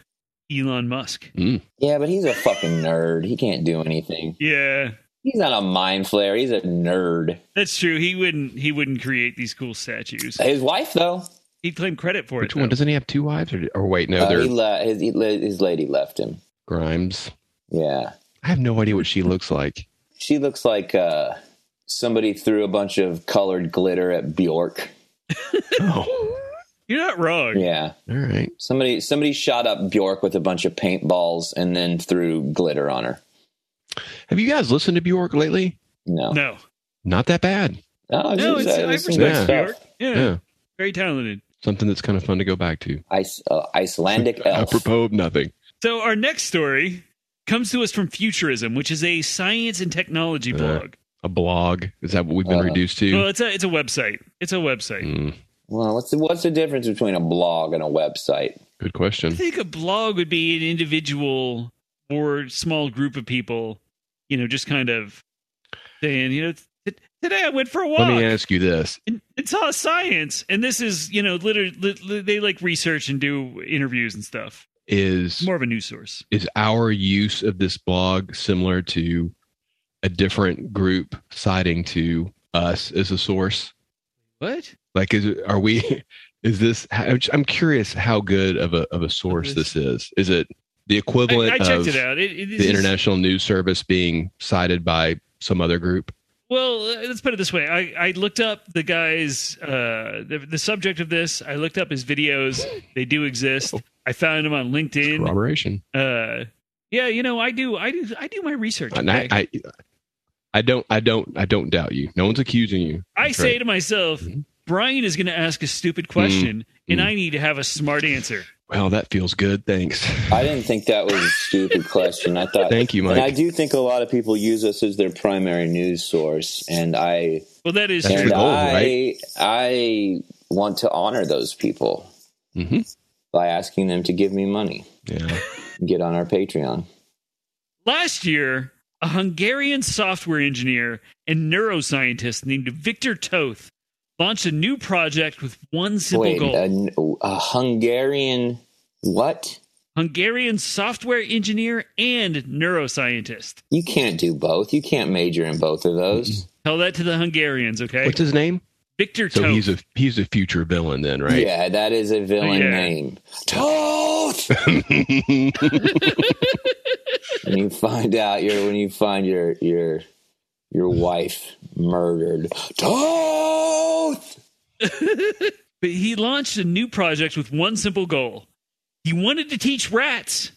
C: Elon Musk.
A: Yeah, but he's a fucking nerd. He can't do anything.
C: Yeah,
A: He's not a mind flayer. He's a nerd.
C: That's true. He wouldn't. He wouldn't create these cool statues.
A: His wife, though,
C: He'd claim credit for
B: which
C: it.
B: one?
C: though.
B: Doesn't he have two wives? Or, or wait, no,
A: uh,
B: they're
A: he le- his, he le- his lady left him.
B: Grimes.
A: Yeah,
B: I have no idea what she looks like.
A: she looks like uh, somebody threw a bunch of colored glitter at Bjork.
B: Oh,
C: You're not wrong.
A: Yeah,
B: all right.
A: somebody somebody shot up Bjork with a bunch of paintballs and then threw glitter on her.
B: Have you guys listened to Bjork lately?
A: No,
C: No,
B: Not that bad.
A: no,
C: no.
A: she's,
C: It's,
A: uh,
C: I
A: there's some
C: respect
A: good
B: respects
C: New
A: stuff.
C: York. Yeah,
B: Yeah,
C: very talented.
B: something that's kind of fun to go back to.
A: Ice, uh, Icelandic elf.
B: Apropos of nothing.
C: So our next story comes to us from Futurism, which is a science and technology
B: Uh,
C: blog.
B: A blog is that what we've been
A: Uh,
B: reduced to?
C: Well, it's a it's a website. It's a website.
B: Mm,
A: Well, what's the, what's the difference between a blog and a website?
B: good
C: I
B: question.
C: think a blog would be an individual or small group of people. You know, just kind of saying, you know, "T- today I went for a walk.
B: Let me ask you this:
C: And it's all science and this is you know literally they like research and do interviews and stuff
B: Is
C: more of a news source
B: is our use of this blog similar to a different group citing to us as a source?
C: what
B: Like, is it- are we? Is this? I'm I'm curious how good of a of a source
C: this-
B: this is. Is it the
C: i,
B: equivalent
C: I
B: of
C: checked it out it, it- this
B: the
C: is-
B: international news service being cited by some other group?
C: well uh, let's put it this way i, I looked up the guy's uh the, the subject of this i looked up his videos they do exist I found him on LinkedIn.
B: Corroboration.
C: Uh, yeah, you know, I do, I do, I do my research.
B: And I,
C: okay?
B: I, I don't, I don't, I don't doubt you. No one's accusing you.
C: I
B: That's
C: say
B: right.
C: to myself,
B: Mhm.
C: Brian is going to ask a stupid question, and
B: Mm.
C: I need to have a smart answer.
B: Well, that feels good. Thanks.
A: I didn't think that was a stupid question. I thought.
B: Thank you, Mike.
A: And I do think a lot of people use us as their primary news source, and I
C: Well, that is
B: That's
C: true.
A: and
B: the goal,
A: I
B: right?
A: I want to honor those people
B: hmm
A: by asking them to give me money
B: Yeah.
A: and get on our Patreon.
C: Last year, a Hungarian software engineer and neuroscientist named Victor Toth launched a new project with one simple
A: Wait, uh,
C: goal.
A: a, a Hungarian what?
C: Hungarian software engineer and neuroscientist.
A: You can't do both. You can't major in both of those.
C: Tell that to the Hungarians, okay?
B: What's his name?
C: Victor
B: So
C: Toth.
B: he's a he's a future villain then, right?
A: Yeah, that is a villain
C: Yeah.
A: name. Toth. when you find out your when you find your your your wife murdered. Toth.
C: But he launched a new project with one simple goal. He wanted to teach rats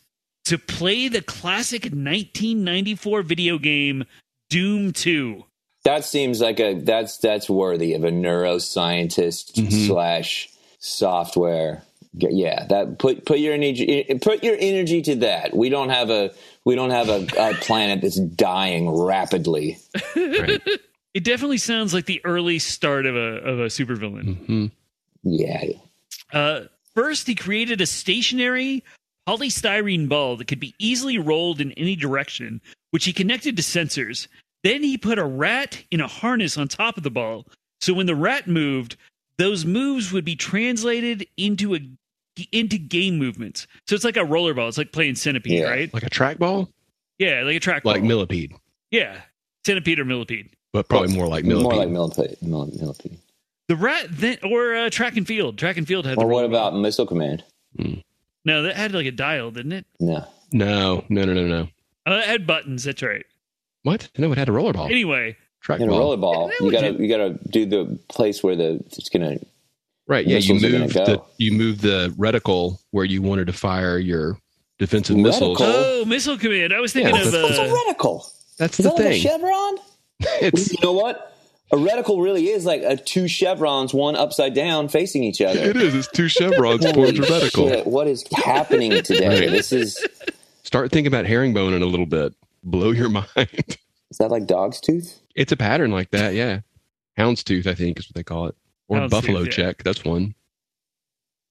C: to play the classic 1994 video game Doom 2.
A: That seems like a that's that's worthy of a neuroscientist
B: Mhm.
A: slash software. G- Yeah, that put put your energy put your energy to that. We don't have a we don't have a, a planet that's dying rapidly.
B: Right.
C: It definitely sounds like the early start of a of a supervillain.
B: hmm
A: Yeah,
C: Uh, first, he created a stationary polystyrene ball that could be easily rolled in any direction, which he connected to sensors. Then he put a rat in a harness on top of the ball, so when the rat moved, those moves would be translated into a into game movements. So it's like a rollerball. It's like playing centipede,
A: Yeah.
C: right?
B: Like a trackball,
C: Yeah, like a track
B: like
C: ball.
B: millipede,
C: yeah, centipede or millipede.
B: but probably more like millipede.
A: more like millipede. mill- millipede.
C: The rat then, or uh, track and field. Track and field had.
A: Or
C: the
A: what
C: rollerball.
A: about Missile Command?
C: No, that had like a dial, didn't it?
A: No,
B: no, no, no, no, no.
C: Oh, it had buttons. That's right.
B: What? No, it had a
A: Oh.
B: rollerball.
A: in a
C: Anyway,
B: Trackball.
A: rollerball,
C: Isn't
A: you
C: that
A: gotta you gotta do the place where the it's gonna
B: Right. Yeah. You
A: Missiles are gonna
B: move
A: go.
B: the you move the reticle where you wanted to fire your defensive missiles.
A: Reticle?
C: oh, missile command. I was thinking
B: Yeah,
C: of
B: that's-
A: It's a
C: uh,
A: reticle.
B: That's
A: Is
B: the
A: that like a
B: thing.
A: chevron?
B: It's
A: You know what? A reticle really is like a two chevrons, one upside down, facing each other.
B: it is. It's two chevrons
A: Holy
B: formed a reticle.
A: shit, what is happening today?
B: Right.
A: This is
B: Start thinking about herringbone in a little bit. Blow your mind.
A: is that like dog's tooth?
B: It's a pattern like that. Yeah. Houndstooth, I think, is what they call it, or
C: Houndstooth,
B: buffalo
C: yeah.
B: check. That's one.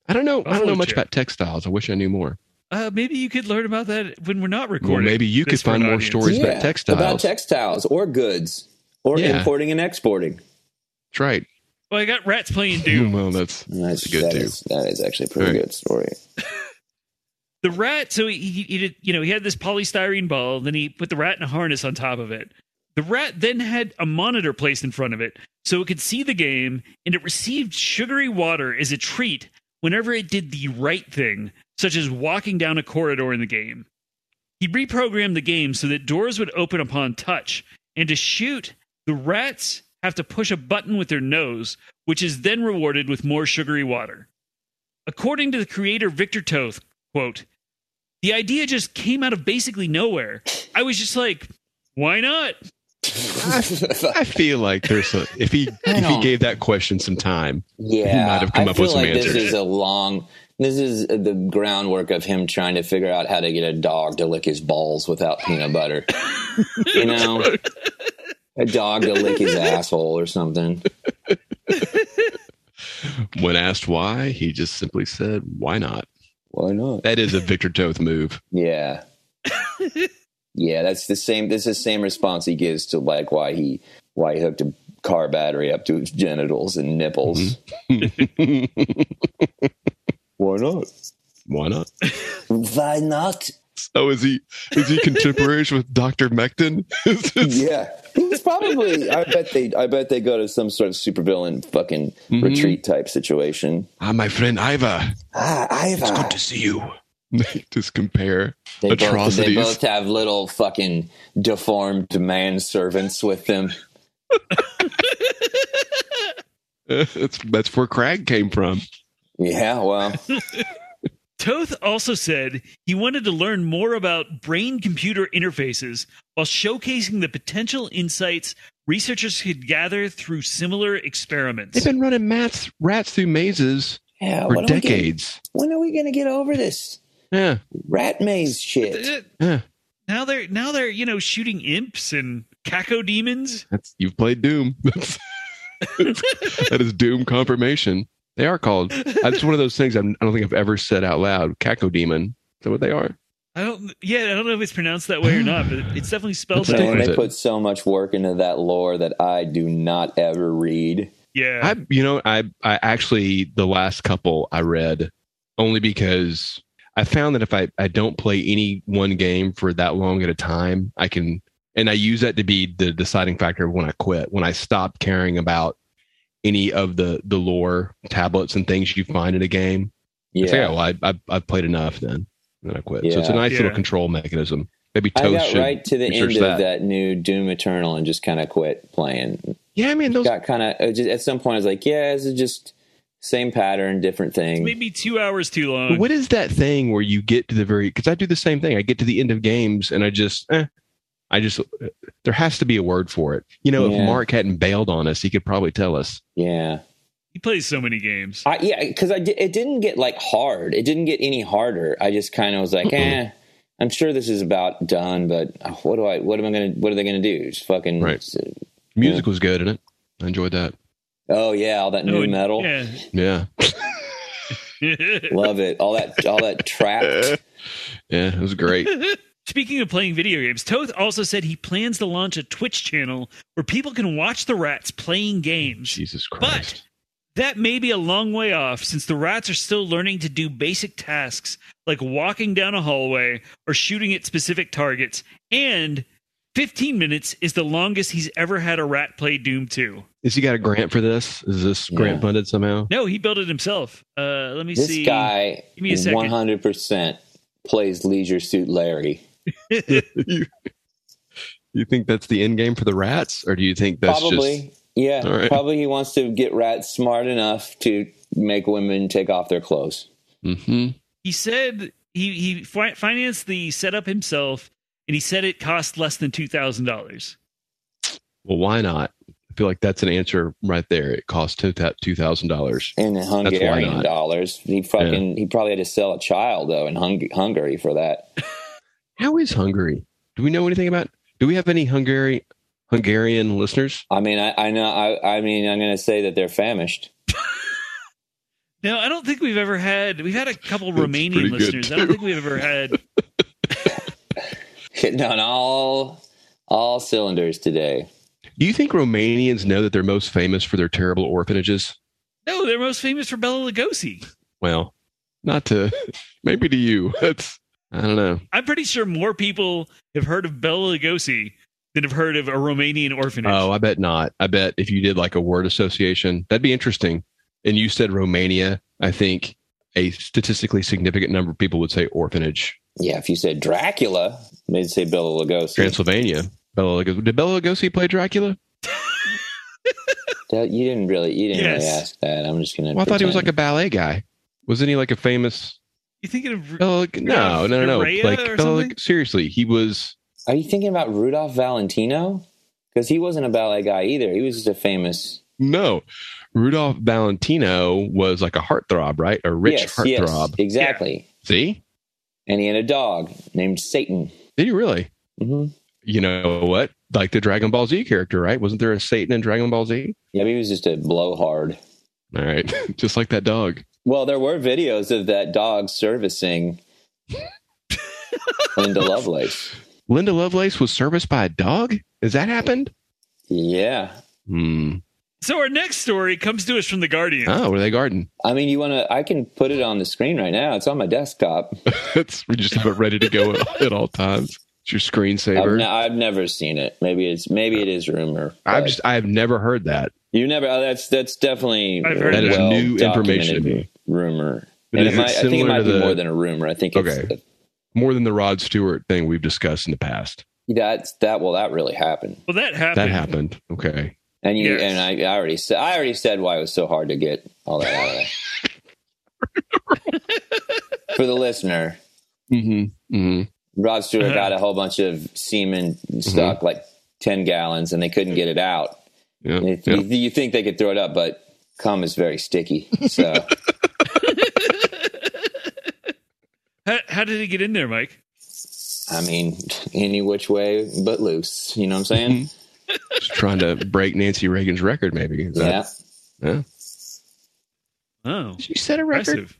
B: I don't know. I don't
C: Buffalo
B: know much
C: check.
B: about textiles. I wish I knew more.
C: uh, maybe you could learn about that when we're not recording.
B: Well, maybe you could
C: That's for
B: find
C: an
B: more
C: audience.
B: stories about textiles.
A: About textiles or goods or
B: Yeah.
A: importing and exporting.
B: That's right. Mm,
C: Well, I got rats playing Doom.
B: Well, that's
A: That's,
B: That's good,
A: that
B: too.
A: is- that is actually a pretty
B: Right.
A: good story.
C: the rat. So he, he, he did, you know, he had this polystyrene ball. Then he put the rat in a harness on top of it. The rat then had a monitor placed in front of it, so it could see the game, and it received sugary water as a treat whenever it did the right thing, such as walking down a corridor in the game. He reprogrammed the game so that doors would open upon touch, and to shoot, the rats have to push a button with their nose, which is then rewarded with more sugary water. According to the creator Victor Toth, quote, the idea just came out of basically nowhere. I was just like, why not?
B: I feel like there's a if he if he
A: don't-
B: gave that question some time.
A: Yeah,
B: might have come
A: I
B: up
A: feel
B: with some
A: like
B: answers.
A: this is a long. This is the groundwork of him trying to figure out how to get a dog to lick his balls without peanut butter. you know, a dog to lick his asshole or something.
B: When asked why, he just simply said, "Why not?"
A: Why not?
B: That is a Victor Toth move.
A: Yeah, yeah. That's the same. That's the same response he gives to like why he why he hooked a car battery up to his genitals and nipples.
B: Mm-hmm.
A: Why not?
B: Why not?
A: Why not?
B: So is he is he contemporary with Doctor Mecton? Is this-
A: Yeah, he's probably. I bet they. I bet they go to some sort of supervillain fucking
B: Mm-hmm.
A: retreat type situation.
B: ah, my friend Iva,
A: Ah, Iva.
B: good to see you. just compare
A: They both, they
B: atrocities.
A: both have little fucking deformed manservants with them.
B: that's that's where Crag came from.
A: Yeah, well,
C: Toth also said he wanted to learn more about brain computer interfaces while showcasing the potential insights researchers could gather through similar experiments.
B: They've been running mats, rats through mazes
A: Yeah,
B: for
A: when are Oh, we getting-
B: decades.
A: when are we going to get over this
B: Yeah,
A: rat maze shit?
C: Uh,
B: yeah.
C: Now they're now they're, you know, shooting imps and caco demons.
B: That's you've played Doom. That's- that is Doom confirmation. They are called. That's one of those things I'm, I don't think I've ever said out loud. Cacodemon. Is that what they are?
C: I don't yeah, I don't know if it's pronounced that way or not, but it's definitely spelled
B: That's
C: that
A: Man,
B: different.
C: way.
A: they put so much work into that lore that I do not ever read.
C: Yeah.
B: I, you know, I, I actually the last couple I read only because I found that if I, I don't play any one game for that long at a time, I can, and I use that to be the deciding factor of when I quit. When I stop caring about any of the the lore tablets and things you find in a game, yeah. I say, oh,
A: Yeah,
B: well, I, I I've played enough then, and then I quit. So it's a
A: Yeah.
B: nice
C: Yeah.
B: little control mechanism. Maybe
A: I
B: Toast
A: got
B: should
A: right to the
B: research
A: end of
B: that.
A: that new Doom Eternal and just kind of quit playing.
B: Yeah, I mean those.
A: Got kind of at some point I was like, yeah, this is just same pattern, different thing.
C: Maybe two hours too long.
B: But what is that thing where you get to the very because i do the same thing i get to the end of games and i just eh, i just there has to be a word for it you know
A: Yeah.
B: if mark hadn't bailed on us he could probably tell us
A: Yeah.
C: He plays so many games.
A: I, yeah, because I di- it didn't get like hard. It didn't get any harder. I just kind of was like, eh, I'm sure this is about done. But uh, what do I? What am I gonna? What are they gonna do? Just fucking.
B: Right. music was good in it i enjoyed that
A: Oh yeah, all that new
C: Oh,
A: metal.
C: Yeah.
B: yeah
A: Love it. All that. All that trap.
B: yeah it was great
C: Speaking of playing video games, Toth also said he plans to launch a Twitch channel where people can watch the rats playing games.
B: jesus christ
C: That may be a long way off since the rats are still learning to do basic tasks like walking down a hallway or shooting at specific targets, and 15 minutes is the longest he's ever had a rat play Doom 2.
B: is he got a grant for this is this grant
A: Oh. Yeah.
B: funded somehow
C: No, he built it himself. Uh, let me
A: This
C: see.
A: guy.
C: Give me a second.
A: 100 percent plays Leisure Suit Larry.
B: you think that's the end game for the rats or do you think that's
A: probably.
B: just
A: yeah.
B: All right.
A: Probably he wants to get rats smart enough to make women take off their clothes.
B: hmm
C: he said he he fi- financed the setup himself, and he said it cost less than two thousand dollars.
B: well why not i feel like that's an answer right there it costs two thousand dollars
A: in Hungarian
B: not.
A: dollars. He fucking he probably had to sell a child though in Hung- Hungary for that.
B: How is Hungary? Do we know anything about? Do we have any Hungary Hungarian listeners?
A: I mean, I, I know. I, I mean, I'm going to say that they're famished.
C: No, I don't think we've ever had. We've had a couple
B: That's pretty
C: Romanian
B: good,
C: listeners. I don't
B: too.
C: think we've ever had.
A: Hitting on all all cylinders today.
B: Do you think Romanians know that they're most famous for their terrible orphanages?
C: No, they're most famous for Bella Lugosi.
B: Well, not to maybe to you. That's I don't know.
C: I'm pretty sure more people have heard of Bella Lugosi than have heard of a Romanian orphanage.
B: Oh, I bet not. I bet if you did like a word association, that'd be interesting. And you said Romania, I think a statistically significant number of people would say orphanage.
A: Yeah, if you said Dracula, they'd say Bela Lugosi.
B: Transylvania. Bela Lugosi. Did Bela Lugosi play Dracula?
A: That, you didn't really you didn't really
C: Yes.
A: ask that. I'm just going to.
B: Well, I thought he was like a ballet guy. Wasn't he like a famous
C: you thinking of?
B: Bela, no, no, no,
C: Raya
B: no. Like
C: or
B: Bela,
C: something?
B: seriously, he was.
A: Are you thinking about Rudolph Valentino? Because he wasn't a ballet guy either. He was just a famous.
B: No, Rudolph Valentino was like a heartthrob, right? A rich
A: Yes, yes,
B: heartthrob.
A: exactly.
B: See,
A: And he had a dog named Satan.
B: did he really?
A: hmm
B: You know what? Like the Dragon Ball Z character, right? Wasn't there a Satan in Dragon Ball Z?
A: Yeah, he was just a blowhard.
B: All right, just like that dog.
A: Well, there were videos of that dog servicing Linda Lovelace.
B: Linda Lovelace was serviced by a dog. Has that happened?
A: Yeah.
B: Hmm.
C: So our next story comes to us from the Guardian.
B: Oh, were they garden?
A: I mean, you want to, I can put it on the screen right now. It's on my desktop.
B: That's we're just about ready to go at, at all times. It's your
A: I've,
B: screensaver.
A: ne- I've never seen it. Maybe it's, maybe it is rumor.
B: I've
A: but
B: just I've never heard that.
A: you never, oh, that's, that's definitely,
C: I've heard
B: That is
A: well
B: new information to
A: documented
B: me.
A: Rumor.
B: But
A: and
B: is
A: it
B: it
A: might, I think it
B: similar
A: might
B: to
A: be
B: the-
A: more than a rumor. I think it's,
B: Okay. more than the Rod Stewart thing we've discussed in the past.
A: that's that. Well, that really happened.
C: Well, that happened.
B: That happened. Okay.
A: And you,
C: Yes.
A: and I, I already said, I already said why it was so hard to get all that out of there. for the listener,
B: Mm-hmm. Mm-hmm.
A: Rod Stewart
C: Uh-huh.
A: got a whole bunch of semen stuck, like 10 gallons, and they couldn't get it out.
B: Yeah.
A: If
B: yeah.
A: you, you think they could throw it up, but cum is very sticky. So
C: How, how did it get in there, Mike?
A: I mean, any which way but loose. You know what I'm saying?
B: Just trying to break Nancy Reagan's record, maybe. Is
A: yeah.
B: that- yeah.
C: Oh,
B: She set a record.
C: impressive.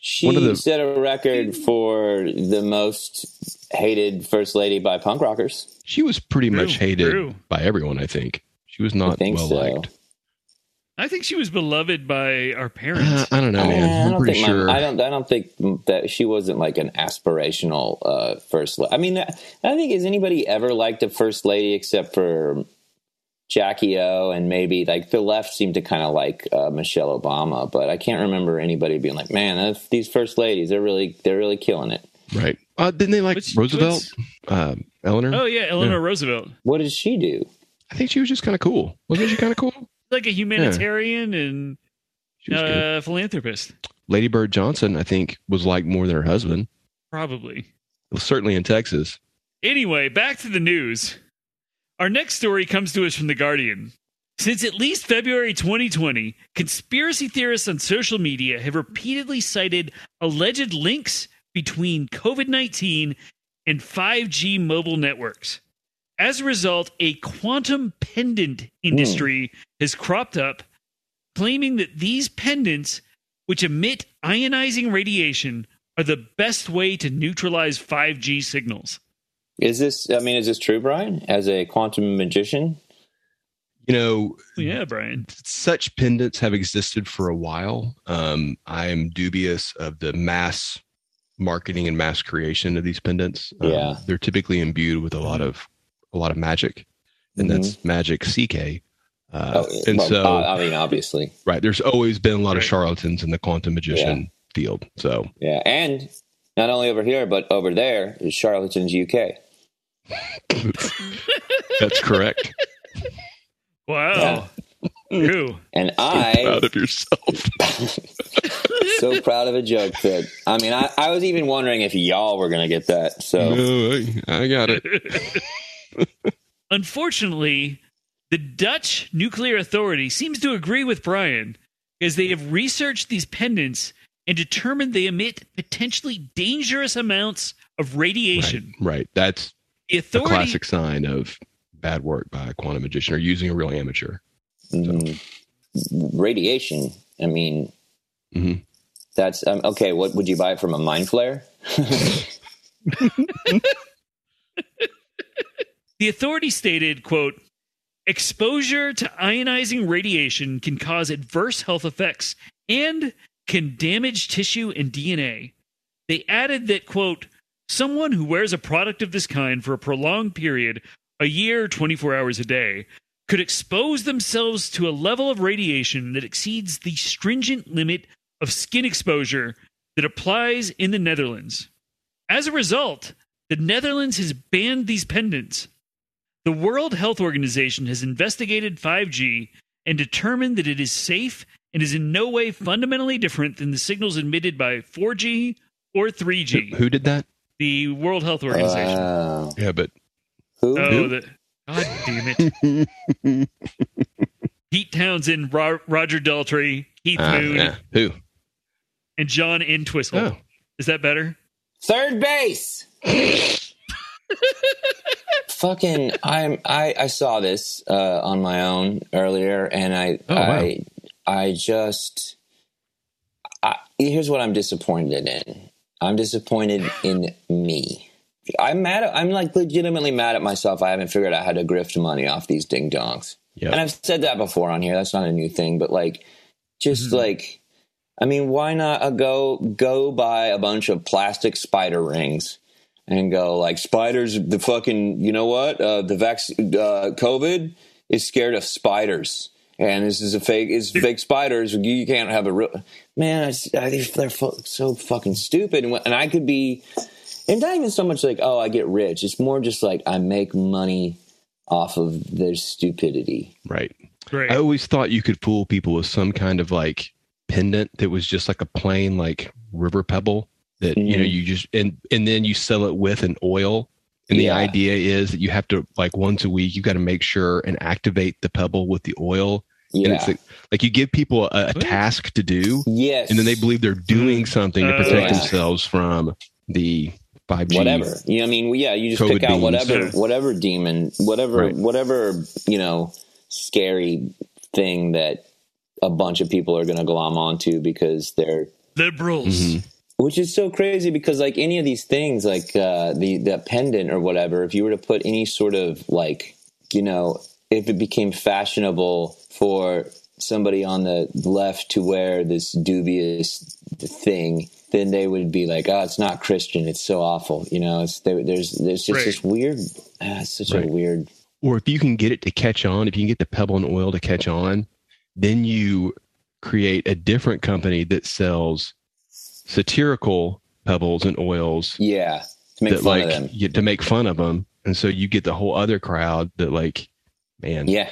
A: She
B: One of the-
A: set a record for the most hated first lady by punk rockers.
B: She was pretty
C: True,
B: much hated
C: true.
B: by everyone, I think. She was
A: I
B: not
A: think
B: well
A: so.
B: liked.
C: I think she was beloved by our
B: Uh,
C: parents.
B: I don't know,
A: I,
B: man.
A: don't
B: I'm pretty
A: think my-
B: sure.
A: I don't. I don't think that she wasn't like an aspirational uh, first. La- I mean, I I think has anybody ever liked a first lady except for Jackie O and maybe like the left seemed to kind of like uh, Michelle Obama, but I can't remember anybody being like, "Man, that's, these first ladies, they're really they're really killing it."
B: Right. Uh, didn't they like
C: What's-
B: Roosevelt? Um, Eleanor?
C: Oh yeah, Eleanor Roosevelt,
A: What did she do?
B: I think she was just kind of cool. Wasn't she kind of cool?
C: like a humanitarian and
B: She was good.
C: uh, philanthropist,
B: Lady Bird Johnson, I think, was liked more than her husband,
C: probably.
B: certainly in Texas.
C: Anyway, back to the news. Our next story comes to us from The Guardian. Since at least February 2020, conspiracy theorists on social media have repeatedly cited alleged links between COVID 19 and 5G mobile networks. As a result, a quantum pendant industry has cropped up, claiming that these pendants, which emit ionizing radiation, are the best way to neutralize 5G signals.
A: Is this? I mean, is this true, Brian? As a quantum magician,
B: You know,
C: Yeah, Brian.
B: such pendants have existed for a while. Um, I am dubious of the mass marketing and mass creation of these pendants. Um,
A: Yeah.
B: they're typically imbued with a lot of a lot of magic, and that's magic CK. Uh,
A: Mm-hmm. Oh,
B: and
A: well,
B: so,
A: I I mean, obviously,
B: right, there's always been a lot of
C: Right.
B: charlatans in the quantum magician field. So,
A: yeah, and not only over here but over there is Charlatans UK.
B: That's correct.
C: Wow. True.
A: And
B: Be
A: I
B: proud of yourself.
A: so proud of a joke that I mean I, I was even wondering if y'all were gonna get that. So
B: No, I, I got it.
C: Unfortunately, the Dutch nuclear authority seems to agree with Brian as they have researched these pendants and determined they emit potentially dangerous amounts of
B: Right,
C: radiation.
B: right. That's
C: The
B: a
C: authority
B: classic sign of bad work by a quantum magician or using a real amateur.
A: mm, radiation. I mean,
B: Mhm.
A: that's um, okay. What would you buy from a mind flare?
C: The authority stated, quote, exposure to ionizing radiation can cause adverse health effects and can damage tissue and DNA. They added that, quote, someone who wears a product of this kind for a prolonged period, a year, 24 hours a day, could expose themselves to a level of radiation that exceeds the stringent limit of skin exposure that applies in the Netherlands. As a result, the Netherlands has banned these pendants. The World Health Organization has investigated 5G and determined that it is safe and is in no way fundamentally different than the signals emitted by 4G or 3G.
B: Who, who did that?
C: The World Health Organization.
A: Wow.
B: Yeah,
A: Uh,
B: but
A: who?
C: oh, the, God damn it. Pete Townsend, Ro- Roger Daltrey, Keith
B: uh,
C: Moon,
B: yeah. who?
C: and John Entwistle.
B: Oh,
C: Is that better?
A: Third base. Fucking, I'm. I I saw this uh, on my own earlier, and I
B: Oh, wow.
A: I I just. I, here's what I'm disappointed in. I'm disappointed in me. I'm mad. At, I'm like legitimately mad at myself. I haven't figured out how to grift money off these ding dongs.
B: yeah.
A: And I've said that before on here. That's not a new thing, but like, just
B: Mm-hmm.
A: like, I mean, why not uh, go go buy a bunch of plastic spider rings and go like spiders? The fucking you know what? Uh, the vax uh, COVID is scared of spiders, and this is a fake. It's fake spiders. You, you can't have a real man. I, s- I- they're, they're fu- so fucking stupid, and, wh- and I could be. And not even so much like, oh, I get rich. It's more just like I make money off of their stupidity.
B: right.
C: Great.
B: I always thought you could fool people with some kind of like pendant that was just like a plain like river pebble that you know
A: Mhm.
B: you just and and then you sell it with an oil. And the
A: Yeah.
B: idea is that you have to like once a week you've got to make sure and activate the pebble with the oil. And
A: Yeah.
B: it's like, like you give people a, a
C: Ooh.
B: task to do
A: yes.
B: and then they believe they're doing something to protect
A: Uh,
B: themselves from the 5G.
A: whatever. You know, I mean, well, yeah, you just
B: COVID
A: pick out
B: beans.
A: whatever,
C: Yeah.
A: whatever demon, whatever,
B: Right.
A: whatever, you know, scary thing that a bunch of people are going to glom onto because they're
C: Liberals.
A: Mm-hmm.
B: Mhm.
A: which is so crazy because like any of these things like uh the the pendant or whatever if you were to put any sort of like you know if it became fashionable for somebody on the left to wear this dubious thing then they would be like oh it's not christian it's so awful you know it's there, there's there's just
C: Right.
A: this weird ah, it's such
B: Right.
A: a weird
B: Or if you can get it to catch on, if you can get the pebble and oil to catch on, then you create a different company that sells satirical pebbles and oils
A: yeah to make
B: that
A: fun of
B: like
A: them
B: you, to make fun of them. And so you get the whole other crowd that like, man,
A: yeah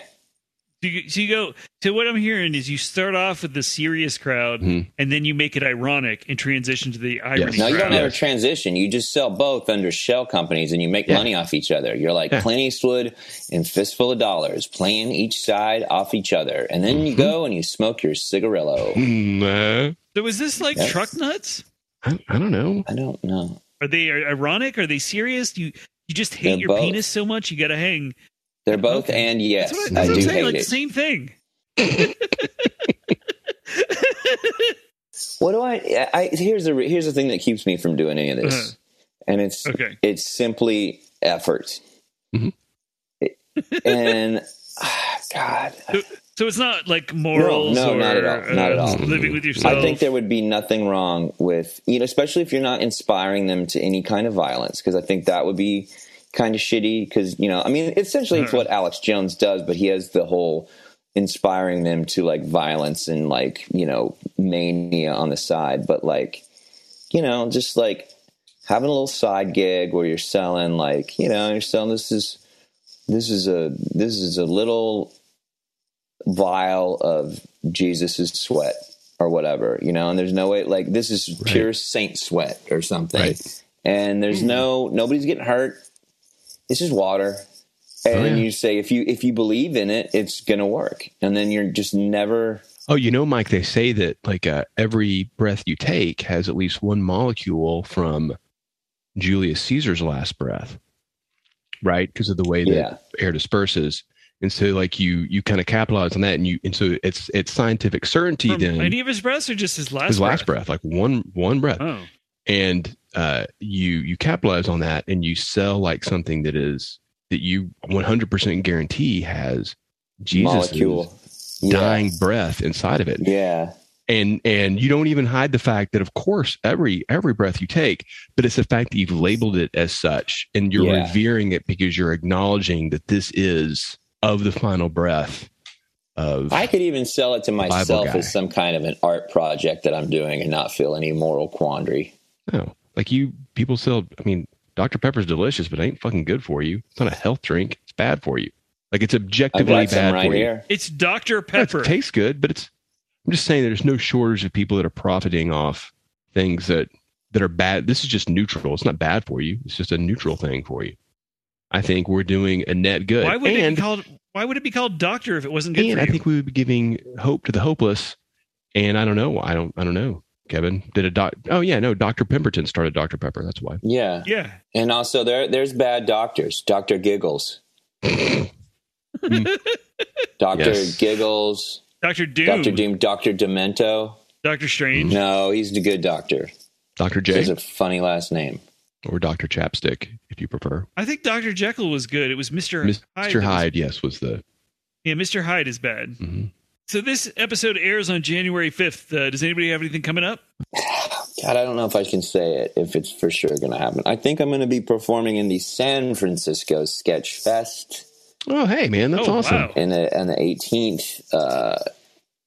C: So, you, so you go. So what I'm hearing is you start off with the serious crowd,
B: Mhm.
C: and then you make it ironic and transition to the irony
B: Yes.
A: No, Mm-hmm. you
C: crowd.
A: don't ever
B: Yes.
A: transition. You just sell both under shell companies and you make
B: Yeah.
A: money off each other. You're like
B: Yeah.
A: Clint Eastwood and Fistful of Dollars, playing each side off each other. And then
C: Mm-hmm.
A: you go and you smoke your cigarillo.
B: mm, uh,
C: So is this like
A: Yes.
C: truck nuts?
B: I, I don't know.
A: I don't know.
C: Are they ironic? Are they serious? Do you you just hate
A: They're
C: your
A: both.
C: penis so much you got to hang?
A: They're both
C: Okay.
A: and yes.
C: that's what,
A: I
C: that's what
A: do
C: I'm saying.
A: hate
C: Like the
A: it.
C: same thing.
A: What do I, I here's the re- here's the thing that keeps me from doing any of this.
C: Uh-huh.
A: And it's
C: Okay. Mm-hmm.
A: it's simply effort.
B: Mhm.
A: It- and ah, God,
C: So it's not like morals.
A: no,
C: or,
A: not at all. Not at all.
C: Uh, living with yourself.
A: I think there would be nothing wrong with you know, especially if you're not inspiring them to any kind of violence, because I think that would be kind of shitty. Because you know, I mean, essentially, it's
C: Huh.
A: what Alex Jones does, but he has the whole inspiring them to like violence and like you know mania on the side, but like you know, just like having a little side gig where you're selling like you know, you're selling this is this is a this is a little vial of Jesus's sweat or whatever, you know, and there's no way like this is pure saint sweat or something.
B: Right.
A: And there's no nobody's getting hurt. It's just water. And
B: Oh, yeah.
A: you say if you if you believe in it, it's gonna work. And then you're just never
B: Oh, you know, Mike, they say that like uh, every breath you take has at least one molecule from Julius Caesar's last breath, right? Because of the way that
A: Yeah.
B: air disperses, and so like you you kind of capitalize on that, and you and so it's it's scientific certainty
C: From
B: then
C: any of his breaths or just his last.
B: his last breath, like one one breath,
C: Oh,
B: and uh, you you capitalize on that, and you sell like something that is that you one hundred percent guarantee has Jesus
A: molecule. Yeah.
B: dying breath inside of it
A: Yeah.
B: and and you don't even hide the fact that of course every every breath you take but it's the fact that you've labeled it as such and you're
A: Yeah.
B: revering it because you're acknowledging that this is of the final breath of
A: I could even sell it to myself
B: guy.
A: as some kind of an art project that I'm doing and not feel any moral quandary.
B: no like you people sell i mean dr pepper's delicious but it ain't fucking good for you it's not a health drink it's bad for you like it's
A: I've
B: objectively
A: got some
B: bad
A: right
B: for you
A: here.
C: it's Dr
B: Yeah,
C: Pepper.
B: It tastes good, but it's. I'm just saying there's no shortage of people that are profiting off things that that are bad. This is just neutral. It's not bad for you. It's just a neutral thing for you. I think we're doing a net good.
C: Why would it
B: and
C: be called? Why would it be called doctor if it wasn't good
B: and
C: for
B: I
C: you?
B: think we would be giving hope to the hopeless. And I don't know. I don't. I don't know. Kevin did a doc. Oh yeah, no. Doctor Pemberton started Doctor Pepper. That's why.
A: Yeah.
C: yeah.
A: And also there there's bad doctors. Doctor Giggles. Doctor
B: Yes.
A: Giggles.
C: Doctor Doom.
A: Doctor Doom. Doctor Demento.
C: Doctor Strange.
A: No, he's the good doctor.
B: Doctor
A: He
B: J
A: has a funny last name.
B: or Doctor Chapstick, if you prefer.
C: I think Doctor Jekyll was good. It was Mister
B: Mr.
C: Hyde.
B: Mm-hmm. Hyde,
C: that was-
B: yes, was the.
C: yeah, Mister Hyde is bad.
B: mhm.
C: So this episode airs on January 5th. Uh, does anybody have anything coming up?
A: God, I don't know if I can say it if it's for sure going to happen. I think I'm going to be performing in the San Francisco Sketch Fest.
B: Oh hey man, that's
C: Oh,
B: awesome.
C: wow.
A: and the on the eighteenth. Uh,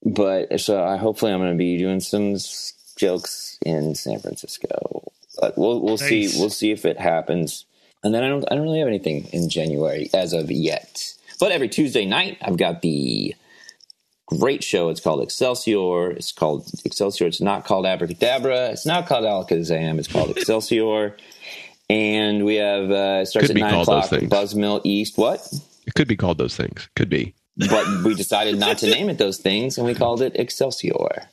A: but so I hopefully I'm going to be doing some s- jokes in San Francisco. But we'll we'll see
C: Nice.
A: we'll see if it happens. And then I don't I don't really have anything in January as of yet. But every Tuesday night I've got the great show. It's called Excelsior. It's called Excelsior. It's not called Abracadabra. It's not called Alakazam. It's called Excelsior. And we have uh, it starts
B: Could
A: at
B: be
A: nine
B: called those
A: o'clock.
B: things.
A: Buzzmill East. What?
B: It could be called those things. Could be.
A: But we decided not to name it those things, and we called it Excelsior.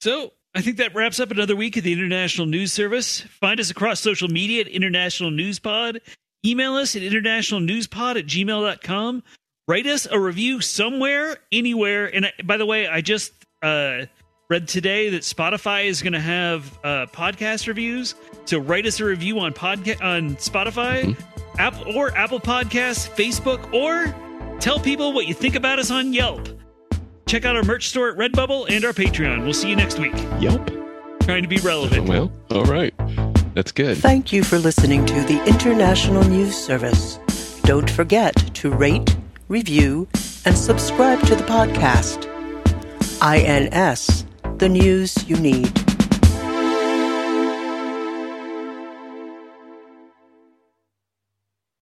C: So I think that wraps up another week of the International News Service. Find us across social media at International News Pod. Email us at internationalnewspod at gmail.com. Write us a review somewhere, anywhere. And I, by the way, I just uh, read today that Spotify is going to have uh, podcast reviews. So write us a review on podca- on Spotify, Apple or Apple Podcasts, Facebook, or tell people what you think about us on Yelp. Check out our merch store at Redbubble and our Patreon. We'll see you next week.
B: Yelp.
C: Trying to be relevant.
B: Well, all right. That's good.
D: Thank you for listening to the International News Service. Don't forget to rate, review, and subscribe to the podcast. INS, the news you need.